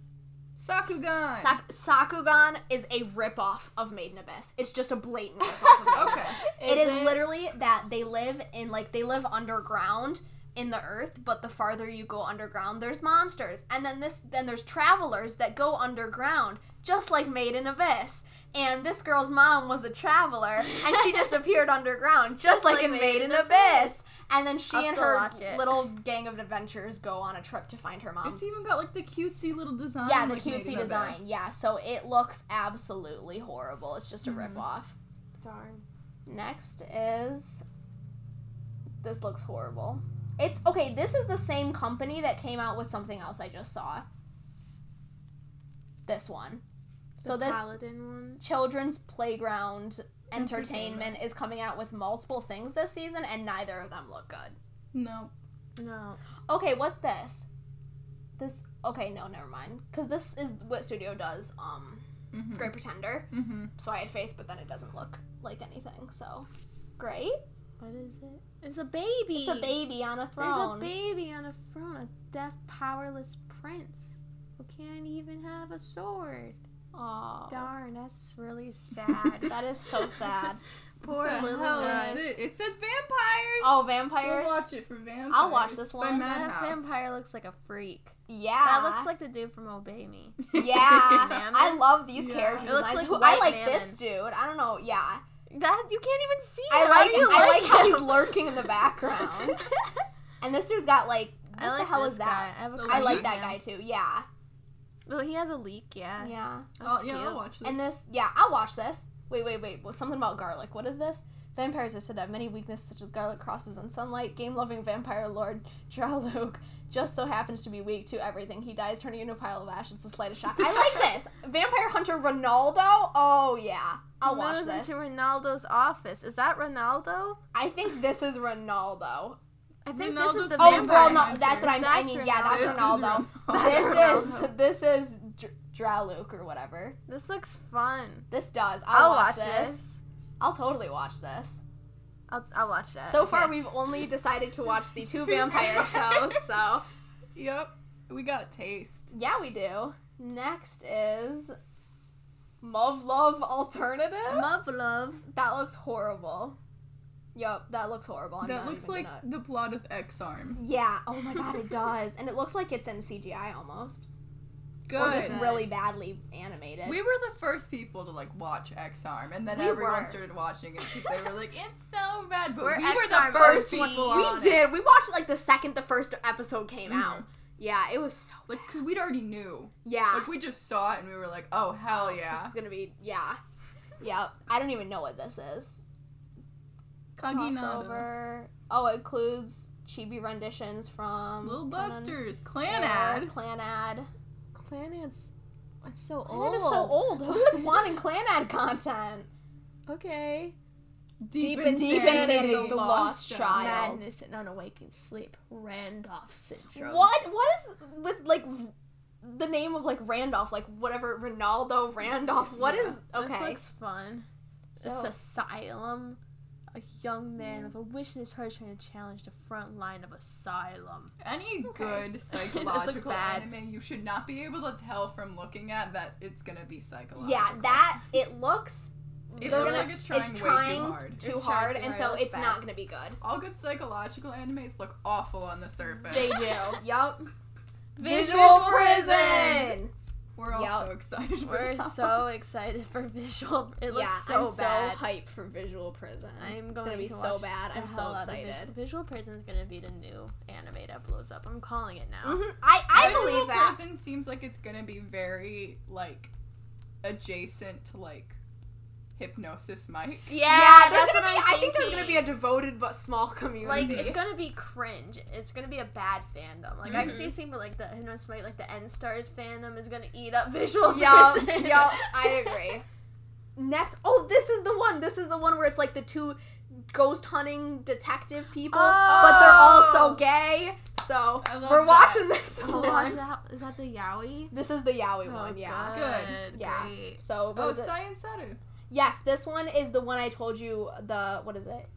[SPEAKER 3] Sakugan.
[SPEAKER 2] Sak- Sakugan is a ripoff of Maid in Abyss. It's just a blatant ripoff. Of Maid in
[SPEAKER 3] okay.
[SPEAKER 2] *laughs* it is literally that they live in like they live underground in the earth but the farther you go underground there's monsters and then this then there's travelers that go underground just like made in abyss and this girl's mom was a traveler and she disappeared underground just, like, in made in abyss and then she
[SPEAKER 1] I'll
[SPEAKER 2] and
[SPEAKER 1] still
[SPEAKER 2] her
[SPEAKER 1] watch it.
[SPEAKER 2] little gang of adventurers go on a trip to find her mom
[SPEAKER 3] It's even got like the cutesy little design.
[SPEAKER 2] Um, yeah the
[SPEAKER 3] like, made
[SPEAKER 2] cutesy
[SPEAKER 3] in a
[SPEAKER 2] design
[SPEAKER 3] bed.
[SPEAKER 2] yeah so it looks absolutely horrible it's just a rip ripoff
[SPEAKER 1] darn
[SPEAKER 2] Next is this looks horrible. It's okay, this is the same company that came out with something else I just saw. This one. So
[SPEAKER 1] the
[SPEAKER 2] this
[SPEAKER 1] paladin one
[SPEAKER 2] children's playground entertainment,
[SPEAKER 3] Entertainment.
[SPEAKER 2] is coming out with multiple things this season and neither of them look good.
[SPEAKER 3] No.
[SPEAKER 1] no
[SPEAKER 2] Okay, what's this? This okay, no, never mind. Cuz this is what studio does um
[SPEAKER 3] Mhm.
[SPEAKER 2] Great Pretender.
[SPEAKER 3] Mm-hmm.
[SPEAKER 2] So I had faith, but then it doesn't look like anything. So, great.
[SPEAKER 1] what is it it's a baby
[SPEAKER 2] It's a baby on a
[SPEAKER 1] there's a
[SPEAKER 2] throne.
[SPEAKER 1] baby on a throne a deaf powerless prince who can't even have a sword
[SPEAKER 2] Aw.
[SPEAKER 1] darn that's really
[SPEAKER 2] *laughs*
[SPEAKER 1] sad
[SPEAKER 2] That is
[SPEAKER 1] *laughs*
[SPEAKER 2] so sad.
[SPEAKER 1] poor
[SPEAKER 3] The hell
[SPEAKER 1] Elizabeth
[SPEAKER 2] Elizabeth.
[SPEAKER 3] is it? It says vampires.
[SPEAKER 2] Oh,
[SPEAKER 3] We'll
[SPEAKER 2] vampires?
[SPEAKER 3] watch it for vampires.
[SPEAKER 2] I'll watch this
[SPEAKER 3] By
[SPEAKER 2] one.
[SPEAKER 1] that
[SPEAKER 3] Madhouse.
[SPEAKER 1] vampire looks like a freak
[SPEAKER 2] yeah.
[SPEAKER 1] that looks like the dude from Obey Me
[SPEAKER 2] *laughs* Yeah.
[SPEAKER 1] Mammon? *laughs*
[SPEAKER 2] I love these
[SPEAKER 3] Yeah.
[SPEAKER 2] character
[SPEAKER 1] It looks
[SPEAKER 2] designs.
[SPEAKER 1] like
[SPEAKER 2] Who- I
[SPEAKER 1] white
[SPEAKER 2] like this dude. I don't know. Yeah.
[SPEAKER 1] That you can't even see.
[SPEAKER 2] I
[SPEAKER 1] it. How
[SPEAKER 2] like
[SPEAKER 1] do you
[SPEAKER 2] I like how
[SPEAKER 1] him?
[SPEAKER 2] he's lurking in the background.
[SPEAKER 1] *laughs*
[SPEAKER 2] and this dude's got like what
[SPEAKER 1] I like
[SPEAKER 2] the hell
[SPEAKER 1] this
[SPEAKER 2] is
[SPEAKER 1] guy.
[SPEAKER 2] that?
[SPEAKER 1] I, have a
[SPEAKER 3] I
[SPEAKER 2] I
[SPEAKER 1] crush
[SPEAKER 2] like
[SPEAKER 1] on
[SPEAKER 2] that
[SPEAKER 1] him.
[SPEAKER 2] guy too. Yeah.
[SPEAKER 1] Well, he has a leak. Yeah.
[SPEAKER 2] Yeah.
[SPEAKER 3] Oh
[SPEAKER 1] That's
[SPEAKER 3] yeah, I'll
[SPEAKER 1] cute.
[SPEAKER 3] watch this.
[SPEAKER 2] And this, yeah, I'll watch this. Wait, wait, wait. Well, something about garlic. What is this? Vampires are said to have many weaknesses such as garlic crosses and sunlight. Game-loving vampire lord *laughs* Draluk just so happens to be weak to everything. He dies turning into a pile of ash. It's the slightest shock. I *laughs* like this. Vampire hunter Ronaldo. Oh yeah, I'll
[SPEAKER 1] He
[SPEAKER 2] watch
[SPEAKER 1] moves
[SPEAKER 2] this.
[SPEAKER 1] into Ronaldo's office. Is that Ronaldo?
[SPEAKER 2] I think this is *laughs* Ronaldo.
[SPEAKER 1] I think this
[SPEAKER 3] Ronaldo's
[SPEAKER 1] is the
[SPEAKER 2] Oh,
[SPEAKER 1] vampire.
[SPEAKER 2] well, no,
[SPEAKER 3] hunter.
[SPEAKER 2] that's what I, I
[SPEAKER 1] That's
[SPEAKER 2] mean. Yeah, that's
[SPEAKER 1] Ronaldo.
[SPEAKER 2] Ronaldo.
[SPEAKER 1] That's
[SPEAKER 2] *laughs* This is this is Dr- Draluk or whatever.
[SPEAKER 1] This looks fun.
[SPEAKER 2] This does.
[SPEAKER 1] I'll,
[SPEAKER 2] I'll, watch, this.
[SPEAKER 1] this.
[SPEAKER 2] I'll totally watch this.
[SPEAKER 1] I'll, I'll watch that.
[SPEAKER 2] So far,
[SPEAKER 1] Okay.
[SPEAKER 2] we've only decided to watch the two
[SPEAKER 3] *laughs*
[SPEAKER 2] vampire shows. So
[SPEAKER 3] Yep, we got taste.
[SPEAKER 2] yeah, we do. Next is Mov Love Alternative.
[SPEAKER 1] Love, love.
[SPEAKER 2] That looks horrible. Yup, that looks horrible. I'm
[SPEAKER 3] that
[SPEAKER 2] not
[SPEAKER 3] looks
[SPEAKER 2] even
[SPEAKER 3] like
[SPEAKER 2] gonna-
[SPEAKER 3] the plot of X Arm.
[SPEAKER 2] Yeah. Oh my god, it does, and it looks like it's in CGI almost, or
[SPEAKER 3] Good.
[SPEAKER 2] just really badly animated.
[SPEAKER 3] We were the first people to like watch X Arm, and then
[SPEAKER 2] We
[SPEAKER 3] everyone
[SPEAKER 2] were.
[SPEAKER 3] started watching it. 'cause They were like, "It's so bad," but
[SPEAKER 1] We're
[SPEAKER 3] we were the
[SPEAKER 1] X-Arm
[SPEAKER 3] first
[SPEAKER 1] OGs.
[SPEAKER 3] people.
[SPEAKER 1] We
[SPEAKER 2] We
[SPEAKER 3] on it.
[SPEAKER 2] did. We watched it like the second the first episode came out.
[SPEAKER 3] Mhm.
[SPEAKER 2] Yeah, it was so.
[SPEAKER 3] like because we'd already knew.
[SPEAKER 2] Yeah.
[SPEAKER 3] Like we just saw it and we were like, "Oh hell
[SPEAKER 2] This
[SPEAKER 3] yeah!"
[SPEAKER 2] is gonna be. Yeah. Yeah. I don't even know what this is.
[SPEAKER 3] Caginado,
[SPEAKER 2] Crossover. Oh, it includes chibi renditions from.
[SPEAKER 3] Little
[SPEAKER 2] Conan
[SPEAKER 3] Busters,
[SPEAKER 2] Bear,
[SPEAKER 3] Clan Ad.
[SPEAKER 2] Clanad.
[SPEAKER 1] Clanad's. It's so
[SPEAKER 2] Clanad
[SPEAKER 1] old.
[SPEAKER 2] is so
[SPEAKER 1] Oh.
[SPEAKER 2] old. Who's wanting Clanad content?
[SPEAKER 1] Okay.
[SPEAKER 3] Deep,
[SPEAKER 1] Deep
[SPEAKER 3] in
[SPEAKER 1] Insanity,
[SPEAKER 3] Insanity,
[SPEAKER 2] The Lost Child. Wild.
[SPEAKER 1] Madness and unawakened sleep. Randolph syndrome.
[SPEAKER 2] What? What is with like the name of like Randolph, like whatever Ronaldo Randolph? What is
[SPEAKER 1] This
[SPEAKER 2] okay?
[SPEAKER 1] looks fun. This
[SPEAKER 2] So-
[SPEAKER 1] asylum. A young man with a wish in his heart is trying to challenge the front line of asylum.
[SPEAKER 2] *laughs*
[SPEAKER 3] Any
[SPEAKER 2] Okay.
[SPEAKER 3] good
[SPEAKER 1] looks
[SPEAKER 3] psychological
[SPEAKER 1] bad.
[SPEAKER 3] anime, you should not be able to tell from looking at that it's gonna be psychological.
[SPEAKER 2] Yeah, that it looks.
[SPEAKER 3] It
[SPEAKER 2] they're
[SPEAKER 3] looks
[SPEAKER 2] gonna.
[SPEAKER 3] like it's
[SPEAKER 2] it's
[SPEAKER 3] trying
[SPEAKER 2] trying,
[SPEAKER 3] way too hard.
[SPEAKER 2] too
[SPEAKER 1] It's trying
[SPEAKER 2] hard,
[SPEAKER 1] too
[SPEAKER 2] and
[SPEAKER 1] hard,
[SPEAKER 2] so
[SPEAKER 1] it looks
[SPEAKER 2] it's not
[SPEAKER 1] bad.
[SPEAKER 2] gonna be good.
[SPEAKER 3] All good psychological animes look awful on the surface.
[SPEAKER 1] They do.
[SPEAKER 2] *laughs* Yup.
[SPEAKER 3] *laughs* Visual prison! We're all
[SPEAKER 2] Yup.
[SPEAKER 3] so excited. for
[SPEAKER 1] We're
[SPEAKER 3] that.
[SPEAKER 1] so excited for visual. It
[SPEAKER 2] yeah,
[SPEAKER 1] looks so
[SPEAKER 2] I'm
[SPEAKER 1] bad.
[SPEAKER 2] so hyped for Visual Prison.
[SPEAKER 1] I'm going
[SPEAKER 2] It's gonna be
[SPEAKER 1] to
[SPEAKER 2] so
[SPEAKER 1] watch
[SPEAKER 2] bad.
[SPEAKER 1] the
[SPEAKER 2] I'm so
[SPEAKER 1] hell out of
[SPEAKER 2] excited.
[SPEAKER 1] Visual, visual Prison is gonna be the new anime that blows up. I'm calling it now.
[SPEAKER 2] hmm I *laughs* I
[SPEAKER 3] Visual
[SPEAKER 2] believe that.
[SPEAKER 3] Prison seems like it's gonna be very like adjacent to like hypnosis Mike.
[SPEAKER 2] Yeah, there's
[SPEAKER 1] that's
[SPEAKER 2] gonna
[SPEAKER 1] what
[SPEAKER 2] be.
[SPEAKER 1] I'm
[SPEAKER 2] I think there's gonna be
[SPEAKER 1] thinking.
[SPEAKER 2] a devoted but small community.
[SPEAKER 1] like it's gonna be cringe. It's gonna be a bad fandom. Like I can
[SPEAKER 2] Mhm.
[SPEAKER 1] see it seeing, but like the Hypnosis Might, like the N Stars fandom is gonna eat up *laughs* Visual
[SPEAKER 2] Yup,
[SPEAKER 1] Prison.
[SPEAKER 2] yup,
[SPEAKER 1] *laughs*
[SPEAKER 2] I agree. Next, oh, this is the one. This is the one where it's like the two ghost hunting detective people, but they're
[SPEAKER 1] Oh.
[SPEAKER 2] also gay. So
[SPEAKER 3] I love
[SPEAKER 2] we're
[SPEAKER 3] that.
[SPEAKER 2] watching this
[SPEAKER 1] Oh,
[SPEAKER 2] one.
[SPEAKER 1] watch that. Is that the Yaoi?
[SPEAKER 2] This is the Yaoi
[SPEAKER 1] Oh,
[SPEAKER 2] one, yeah.
[SPEAKER 1] Good.
[SPEAKER 2] Yeah.
[SPEAKER 1] Great.
[SPEAKER 2] So what
[SPEAKER 3] Oh,
[SPEAKER 2] is it?
[SPEAKER 3] Science Saturn.
[SPEAKER 2] yes, this one is the one I told you. The what is it?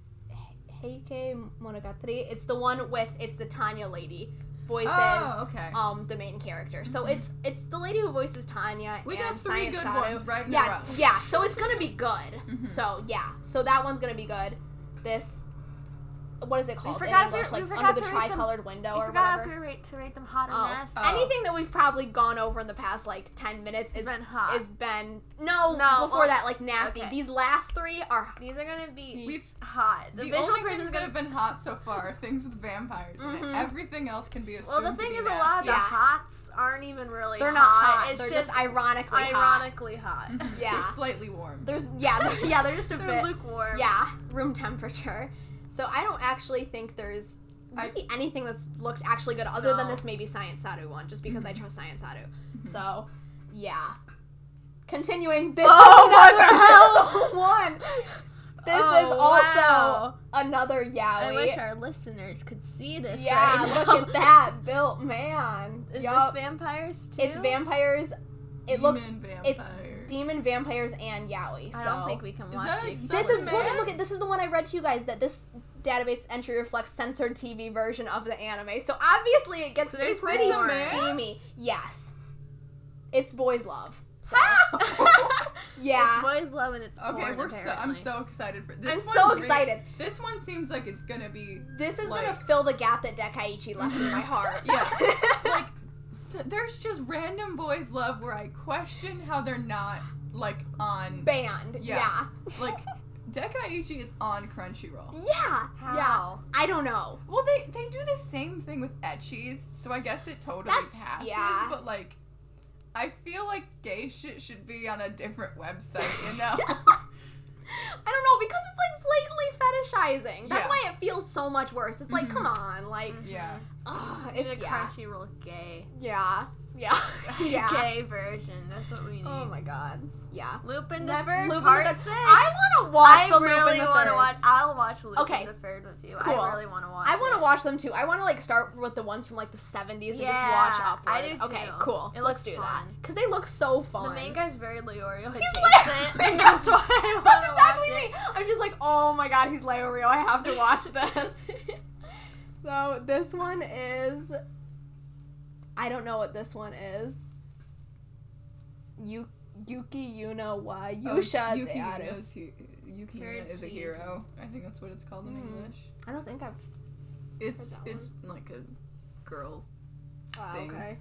[SPEAKER 2] He- Heike Monogatari. It's the one with it's the Tanya lady voices
[SPEAKER 3] Oh, okay.
[SPEAKER 2] um the main character. So it's it's the lady who voices Tanya
[SPEAKER 3] we
[SPEAKER 2] and
[SPEAKER 3] got three
[SPEAKER 2] Science
[SPEAKER 3] good
[SPEAKER 2] Sato.
[SPEAKER 3] ones right in
[SPEAKER 2] Yeah,
[SPEAKER 3] a row.
[SPEAKER 2] yeah. So it's gonna be good.
[SPEAKER 3] Mhm.
[SPEAKER 2] So yeah. So that one's gonna be good. This, what is it called? in
[SPEAKER 1] forgot if
[SPEAKER 2] English,
[SPEAKER 1] we- we
[SPEAKER 2] like
[SPEAKER 1] forgot
[SPEAKER 2] under the
[SPEAKER 1] to rate them-
[SPEAKER 2] tricolored window
[SPEAKER 1] I
[SPEAKER 2] or
[SPEAKER 1] forgot if
[SPEAKER 2] whatever.
[SPEAKER 1] we rate to rate them hot or
[SPEAKER 2] Oh.
[SPEAKER 1] mess.
[SPEAKER 3] Uh,
[SPEAKER 2] Anything that we've probably gone over in the past like ten minutes
[SPEAKER 1] it's
[SPEAKER 2] is
[SPEAKER 1] been hot.
[SPEAKER 2] is been Ah. no
[SPEAKER 1] No,
[SPEAKER 2] before
[SPEAKER 1] well-
[SPEAKER 2] that like nasty.
[SPEAKER 1] okay.
[SPEAKER 2] These last three are
[SPEAKER 1] These are gonna be
[SPEAKER 3] We've
[SPEAKER 1] hot. The,
[SPEAKER 3] the,
[SPEAKER 1] Visual
[SPEAKER 3] only
[SPEAKER 1] Prison
[SPEAKER 3] things
[SPEAKER 1] is
[SPEAKER 3] that
[SPEAKER 1] gonna.
[SPEAKER 3] have been hot so far are things with vampires. in it.
[SPEAKER 2] Mhm.
[SPEAKER 3] Everything else can be assumed.
[SPEAKER 1] Mm-hmm. Well, the
[SPEAKER 3] to
[SPEAKER 1] thing
[SPEAKER 3] be
[SPEAKER 1] is, a lot of
[SPEAKER 3] nasty.
[SPEAKER 1] the
[SPEAKER 2] Yeah.
[SPEAKER 1] hots aren't even really.
[SPEAKER 2] they're not hot.
[SPEAKER 1] It's
[SPEAKER 2] they're
[SPEAKER 1] just,
[SPEAKER 2] just, ironically hot.
[SPEAKER 1] ironically
[SPEAKER 2] *laughs*
[SPEAKER 1] hot.
[SPEAKER 3] Mhm.
[SPEAKER 2] Yeah.
[SPEAKER 3] *laughs* They're slightly warm.
[SPEAKER 2] There's yeah *laughs* they're, yeah they're just a
[SPEAKER 1] They're
[SPEAKER 2] bit
[SPEAKER 1] lukewarm.
[SPEAKER 2] yeah room temperature. So I don't actually think there's
[SPEAKER 3] I-
[SPEAKER 2] really anything that's looked actually good other than
[SPEAKER 1] No. Mm-hmm.
[SPEAKER 2] this maybe Science Sadu one just because I
[SPEAKER 3] Mhm.
[SPEAKER 2] trust Science Sadu.
[SPEAKER 3] Mhm.
[SPEAKER 2] So yeah. Continuing this
[SPEAKER 1] Oh my
[SPEAKER 2] *laughs* is another one.
[SPEAKER 1] *laughs*
[SPEAKER 2] This
[SPEAKER 1] Oh,
[SPEAKER 2] is also
[SPEAKER 1] wow.
[SPEAKER 2] another yaoi.
[SPEAKER 1] I wish our listeners could see this.
[SPEAKER 2] yeah,
[SPEAKER 1] right now. *laughs*
[SPEAKER 2] look at that built man.
[SPEAKER 1] Is
[SPEAKER 2] Yup.
[SPEAKER 1] this vampires too?
[SPEAKER 2] It's vampires. It
[SPEAKER 3] Demon
[SPEAKER 2] looks it's
[SPEAKER 3] vampire.
[SPEAKER 2] demon vampires and yaoi. So
[SPEAKER 1] I don't think we can
[SPEAKER 3] Is
[SPEAKER 1] watch
[SPEAKER 3] that
[SPEAKER 1] the
[SPEAKER 3] a-
[SPEAKER 2] this
[SPEAKER 3] Solid
[SPEAKER 2] is
[SPEAKER 3] Man.
[SPEAKER 2] well, then look at this is the one I read to you guys that this database entry reflects censored TV version of the anime. So obviously it gets
[SPEAKER 1] So there's
[SPEAKER 2] pretty
[SPEAKER 1] boys
[SPEAKER 3] love.
[SPEAKER 2] steamy. Yes, it's boys love. So
[SPEAKER 1] It's *laughs*
[SPEAKER 2] *laughs* yeah,
[SPEAKER 1] boys love and it's
[SPEAKER 3] Okay,
[SPEAKER 1] porn,
[SPEAKER 3] we're so, I'm
[SPEAKER 1] apparently.
[SPEAKER 3] so excited for this.
[SPEAKER 2] I'm
[SPEAKER 3] one
[SPEAKER 2] so
[SPEAKER 3] re-
[SPEAKER 2] excited.
[SPEAKER 3] this one seems like it's gonna
[SPEAKER 1] *laughs*
[SPEAKER 3] be
[SPEAKER 2] This is gonna
[SPEAKER 3] Like-
[SPEAKER 2] fill the gap that Dekaiichi left in my heart.
[SPEAKER 3] Yeah. like s there's just random boys love where I question how they're not like
[SPEAKER 2] *laughs*
[SPEAKER 3] on
[SPEAKER 2] banned.
[SPEAKER 3] Yeah.
[SPEAKER 2] yeah.
[SPEAKER 3] like Dekaiichi is on Crunchyroll.
[SPEAKER 2] *laughs* Yeah. Yeah.
[SPEAKER 3] How?
[SPEAKER 2] I don't know.
[SPEAKER 3] Well, they they do the same thing with etchies, so I guess it totally
[SPEAKER 2] That's-
[SPEAKER 3] passes.
[SPEAKER 2] yeah.
[SPEAKER 3] But like, I feel like gay shit should be on a different
[SPEAKER 2] *laughs*
[SPEAKER 3] website, you know?
[SPEAKER 2] I don't know because it's like blatantly fetishizing. That's
[SPEAKER 3] Yeah.
[SPEAKER 2] why it feels so much worse. It's like,
[SPEAKER 3] Mhm.
[SPEAKER 1] Mm-hmm.
[SPEAKER 2] come on, like,
[SPEAKER 3] yeah.
[SPEAKER 2] ugh,
[SPEAKER 1] It's
[SPEAKER 2] it's
[SPEAKER 1] a
[SPEAKER 2] yeah,
[SPEAKER 1] Crunchyroll gay. *laughs*
[SPEAKER 2] yeah, yeah, yeah.
[SPEAKER 1] Gay version. That's what we need.
[SPEAKER 2] Oh my god, yeah.
[SPEAKER 1] Lupin the
[SPEAKER 2] Never
[SPEAKER 1] Third
[SPEAKER 2] Lupin the
[SPEAKER 1] part
[SPEAKER 2] Third.
[SPEAKER 1] six.
[SPEAKER 2] I want to watch
[SPEAKER 1] I
[SPEAKER 2] the Lupin
[SPEAKER 1] really
[SPEAKER 2] the
[SPEAKER 1] wanna
[SPEAKER 2] Third.
[SPEAKER 1] watch. I'll watch Lupin
[SPEAKER 2] Okay.
[SPEAKER 1] the Third with you.
[SPEAKER 2] Cool.
[SPEAKER 1] I really want to watch.
[SPEAKER 2] I want
[SPEAKER 1] it.
[SPEAKER 2] to watch them too. I want to like start with the ones from like the 70s and just watch
[SPEAKER 1] Yeah,
[SPEAKER 2] upward.
[SPEAKER 1] I do
[SPEAKER 2] Okay,
[SPEAKER 1] too.
[SPEAKER 2] cool.
[SPEAKER 1] It
[SPEAKER 2] Let's
[SPEAKER 1] looks
[SPEAKER 2] do that
[SPEAKER 1] fun.
[SPEAKER 2] because they look so fun.
[SPEAKER 1] The main guy's very Leorio
[SPEAKER 2] He's
[SPEAKER 1] adjacent, *laughs*
[SPEAKER 2] Leo-
[SPEAKER 1] and that's why I want
[SPEAKER 2] *laughs* That's
[SPEAKER 1] to watch
[SPEAKER 2] exactly me. I'm just like, oh my god, he's Leorio. I have to watch *laughs* this. so this one is. I don't know what this one is. Yu- Yuki Yuna wa Yusha
[SPEAKER 3] Oh, Yuki
[SPEAKER 4] Dearu.
[SPEAKER 3] Yuna's hu- Yuki
[SPEAKER 1] Period
[SPEAKER 3] Yuna is a
[SPEAKER 1] season.
[SPEAKER 3] hero. I think that's what it's called in
[SPEAKER 2] Mm.
[SPEAKER 3] English.
[SPEAKER 2] I don't think I've.
[SPEAKER 3] It's
[SPEAKER 2] that
[SPEAKER 3] it's like a girl.
[SPEAKER 2] Wow,
[SPEAKER 3] Thing.
[SPEAKER 2] Ah, okay.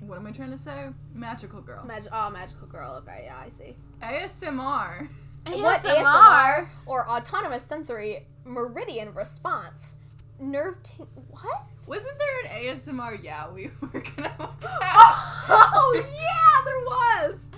[SPEAKER 3] What am I trying to say? Magical girl.
[SPEAKER 2] Mag- oh, magical girl. Okay, yeah, I see.
[SPEAKER 3] ASMR.
[SPEAKER 1] it.
[SPEAKER 2] What
[SPEAKER 1] ASMR?
[SPEAKER 2] ASMR or autonomous sensory meridian response? Nerve ting. What?
[SPEAKER 3] Wasn't there an ASMR? Yeah, we *laughs* were gonna. Look at?
[SPEAKER 2] oh yeah, there was.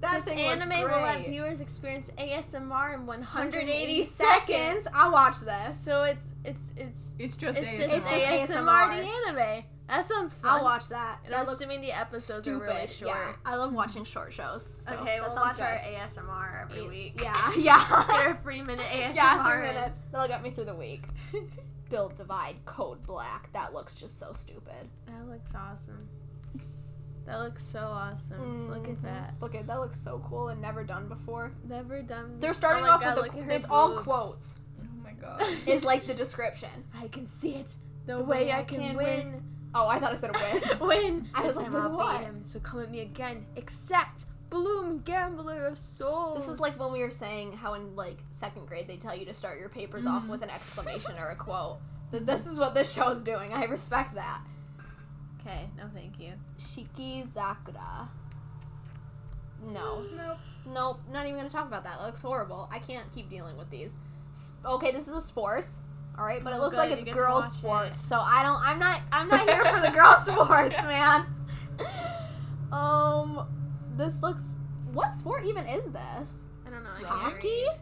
[SPEAKER 2] That
[SPEAKER 1] This
[SPEAKER 2] thing looked
[SPEAKER 1] anime will let
[SPEAKER 2] great.
[SPEAKER 1] viewers experience ASMR in
[SPEAKER 2] 180
[SPEAKER 1] 180
[SPEAKER 2] seconds. I watched this.
[SPEAKER 1] So it's it's it's
[SPEAKER 3] It's just
[SPEAKER 1] it's
[SPEAKER 3] ASMR.
[SPEAKER 1] just
[SPEAKER 2] It's just
[SPEAKER 1] ASMR,
[SPEAKER 2] ASMR.
[SPEAKER 1] the anime. That sounds fun.
[SPEAKER 2] I'll watch that.
[SPEAKER 1] And
[SPEAKER 2] That
[SPEAKER 1] I'm
[SPEAKER 2] looks
[SPEAKER 1] assuming the episodes
[SPEAKER 2] stupid.
[SPEAKER 1] are really short.
[SPEAKER 2] Yeah, I love watching short shows. So
[SPEAKER 1] okay,
[SPEAKER 2] that
[SPEAKER 1] we'll watch
[SPEAKER 2] sounds
[SPEAKER 1] our
[SPEAKER 2] good.
[SPEAKER 1] ASMR every week.
[SPEAKER 2] Yeah,
[SPEAKER 1] *laughs*
[SPEAKER 2] *laughs*
[SPEAKER 1] Get
[SPEAKER 2] yeah,
[SPEAKER 1] a free minute ASMR.
[SPEAKER 2] *laughs* yeah. Three
[SPEAKER 1] in.
[SPEAKER 2] minutes. That'll get me through
[SPEAKER 1] *laughs*
[SPEAKER 2] the week. Build divide code black. That looks just so stupid.
[SPEAKER 1] That looks awesome. That looks so awesome. Mm-hmm. Look
[SPEAKER 2] Mhm.
[SPEAKER 1] at that.
[SPEAKER 2] Look at that. Looks so cool and never done before.
[SPEAKER 1] Never done.
[SPEAKER 2] They're starting
[SPEAKER 1] Oh my
[SPEAKER 2] off
[SPEAKER 1] God,
[SPEAKER 2] with
[SPEAKER 1] look
[SPEAKER 2] the.
[SPEAKER 1] at her
[SPEAKER 2] It's all
[SPEAKER 1] boobs.
[SPEAKER 2] quotes.
[SPEAKER 3] Oh my god.
[SPEAKER 2] Is like the description.
[SPEAKER 1] *laughs* I can see it. The, way, I can, win.
[SPEAKER 2] Oh, I thought I *laughs* said a win.
[SPEAKER 1] *laughs* win.
[SPEAKER 2] I was
[SPEAKER 1] This
[SPEAKER 2] like,
[SPEAKER 1] time I'll
[SPEAKER 2] with what?
[SPEAKER 1] beat him. So come at me again. Except Bloom, gambler of souls.
[SPEAKER 2] This is like when we were saying how in like second grade they tell you to start your papers off
[SPEAKER 1] Mm-hmm.
[SPEAKER 2] with an exclamation or a quote. Th- This is what this show's doing. I respect that.
[SPEAKER 1] Okay, no, thank you.
[SPEAKER 2] Shiki Sakura. Oh, No.
[SPEAKER 3] Nope.
[SPEAKER 2] Nope. Not even gonna talk about that. That looks horrible. I can't keep dealing with these. S- Okay, this is a sports. All right, but it
[SPEAKER 1] Oh,
[SPEAKER 2] looks
[SPEAKER 1] good,
[SPEAKER 2] like
[SPEAKER 1] you
[SPEAKER 2] it's
[SPEAKER 1] get to
[SPEAKER 2] girl
[SPEAKER 1] watch
[SPEAKER 2] sports.
[SPEAKER 1] it.
[SPEAKER 2] So I don't. I'm not. I'm not
[SPEAKER 1] *laughs*
[SPEAKER 2] here for the girl sports, man. *laughs* Um, this looks. What sport even is this?
[SPEAKER 1] I don't know. I can't
[SPEAKER 2] Hockey?
[SPEAKER 1] read.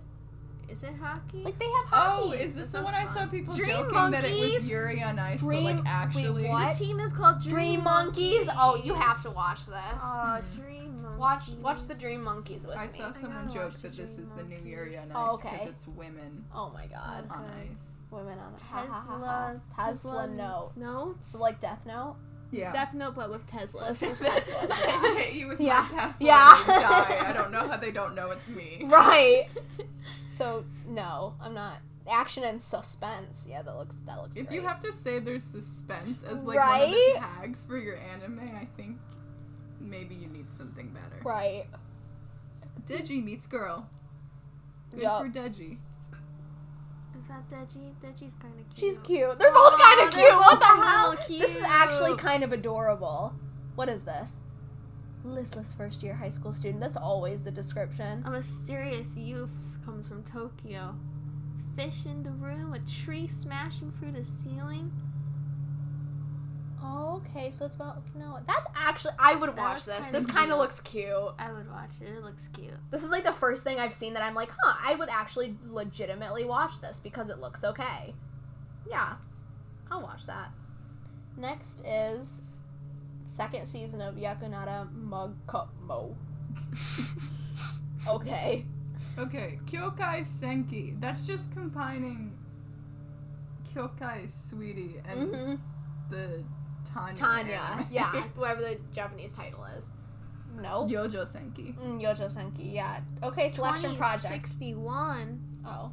[SPEAKER 1] Is it hockey?
[SPEAKER 2] Like they have hockey.
[SPEAKER 3] Oh, is this
[SPEAKER 1] That
[SPEAKER 3] the one
[SPEAKER 1] sounds
[SPEAKER 3] I saw
[SPEAKER 1] fun.
[SPEAKER 3] people
[SPEAKER 2] Dream
[SPEAKER 3] joking that it was
[SPEAKER 2] Monkeys?
[SPEAKER 3] Yuri on Ice,
[SPEAKER 2] Dream-
[SPEAKER 3] but
[SPEAKER 2] wait,
[SPEAKER 3] like actually,
[SPEAKER 2] what?
[SPEAKER 1] the team is called Dream,
[SPEAKER 2] Dream Monkeys. Oh, you have to
[SPEAKER 1] Monkeys.
[SPEAKER 2] watch this.
[SPEAKER 1] Oh, Dream Monkeys.
[SPEAKER 2] watch watch the *laughs* Dream Monkeys with
[SPEAKER 3] I
[SPEAKER 2] me.
[SPEAKER 3] saw someone
[SPEAKER 1] gotta
[SPEAKER 3] joke
[SPEAKER 1] watch
[SPEAKER 3] that
[SPEAKER 1] the
[SPEAKER 3] this is
[SPEAKER 1] Dream
[SPEAKER 3] the new
[SPEAKER 1] Monkeys.
[SPEAKER 3] Yuri on Ice
[SPEAKER 2] Oh,
[SPEAKER 3] because
[SPEAKER 2] okay.
[SPEAKER 3] it's women
[SPEAKER 2] Oh my god.
[SPEAKER 3] on
[SPEAKER 1] Okay.
[SPEAKER 3] ice.
[SPEAKER 2] Women on ha, ha, ha, ha.
[SPEAKER 1] Tesla.
[SPEAKER 2] Tesla note.
[SPEAKER 4] No?
[SPEAKER 2] So like Death Note?
[SPEAKER 3] Yeah.
[SPEAKER 4] Death Note, but with Teslas.
[SPEAKER 1] *laughs*
[SPEAKER 2] This is Death
[SPEAKER 3] I
[SPEAKER 2] Note. *laughs*
[SPEAKER 3] hit *laughs* you with
[SPEAKER 2] Yeah.
[SPEAKER 3] my Tesla.
[SPEAKER 2] Yeah.
[SPEAKER 3] and you die. I don't know how they don't know
[SPEAKER 2] *laughs*
[SPEAKER 3] it's me.
[SPEAKER 2] right. So no, I'm not. Action and suspense. Yeah, that looks that looks
[SPEAKER 3] If you
[SPEAKER 2] great.
[SPEAKER 3] have to say there's suspense as like one of
[SPEAKER 2] Right?
[SPEAKER 3] the tags for your anime, I think maybe you need something better.
[SPEAKER 2] Right.
[SPEAKER 3] Deji meets girl. Good
[SPEAKER 2] Yup.
[SPEAKER 3] for Deji. *laughs*
[SPEAKER 1] Is that Deji? Deji's kind of cute.
[SPEAKER 2] She's cute. They're both kind of
[SPEAKER 1] they're
[SPEAKER 2] cute.
[SPEAKER 1] both
[SPEAKER 2] What the
[SPEAKER 1] a
[SPEAKER 2] hell?
[SPEAKER 1] little
[SPEAKER 2] This is actually
[SPEAKER 1] cute.
[SPEAKER 2] kind of adorable. What is this? Listless first year high school student. That's always the description.
[SPEAKER 1] A mysterious youth comes from Tokyo. Fish in the room, a tree smashing through the ceiling.
[SPEAKER 2] Oh, okay. So it's about Okinawa. That's actually I would
[SPEAKER 1] That
[SPEAKER 2] watch
[SPEAKER 1] was
[SPEAKER 2] this.
[SPEAKER 1] kinda
[SPEAKER 2] This kind of
[SPEAKER 1] cute.
[SPEAKER 2] looks cute.
[SPEAKER 1] I would watch it. It looks cute.
[SPEAKER 2] This is like the first thing I've seen that I'm like, huh, I would actually legitimately watch this because it looks okay. Yeah, I'll watch that. Next is second season of Yakunata Mugkumo. Okay.
[SPEAKER 3] Okay, Kyokai Senki. That's just combining Kyokai Sweetie and
[SPEAKER 2] hmm
[SPEAKER 3] the Tanya.
[SPEAKER 2] Tanya.
[SPEAKER 3] *laughs* anime.
[SPEAKER 2] Yeah, whatever the Japanese title is. No.
[SPEAKER 3] Yojo Senki.
[SPEAKER 2] Mm, Yojo Senki. Yeah. Okay, selection project.
[SPEAKER 1] 61.
[SPEAKER 2] Oh.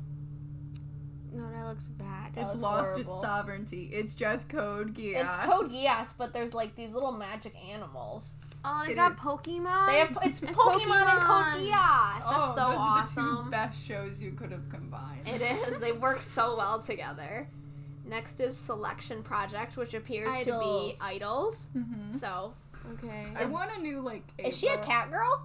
[SPEAKER 1] No, that looks bad.
[SPEAKER 2] That
[SPEAKER 3] it's
[SPEAKER 2] looks
[SPEAKER 3] lost
[SPEAKER 2] horrible.
[SPEAKER 3] its sovereignty. It's just Code Geass.
[SPEAKER 2] It's Code Geass, but there's like these little magic animals.
[SPEAKER 1] Oh, they
[SPEAKER 3] It
[SPEAKER 1] got
[SPEAKER 3] is.
[SPEAKER 1] Pokemon.
[SPEAKER 2] They have it's,
[SPEAKER 1] It's
[SPEAKER 2] Pokemon, and Code
[SPEAKER 1] Pokemon.
[SPEAKER 2] Geass. That's
[SPEAKER 3] oh,
[SPEAKER 2] so
[SPEAKER 3] those are the two
[SPEAKER 2] awesome.
[SPEAKER 3] best shows you could have combined.
[SPEAKER 2] It
[SPEAKER 3] *laughs*
[SPEAKER 2] is. They work so well together. Next is Selection Project, which appears
[SPEAKER 1] Idols.
[SPEAKER 2] to be idols.
[SPEAKER 3] Mhm.
[SPEAKER 2] So
[SPEAKER 1] okay.
[SPEAKER 3] I
[SPEAKER 2] Is-
[SPEAKER 3] want a new like.
[SPEAKER 2] is she a
[SPEAKER 3] Ava.
[SPEAKER 2] cat girl?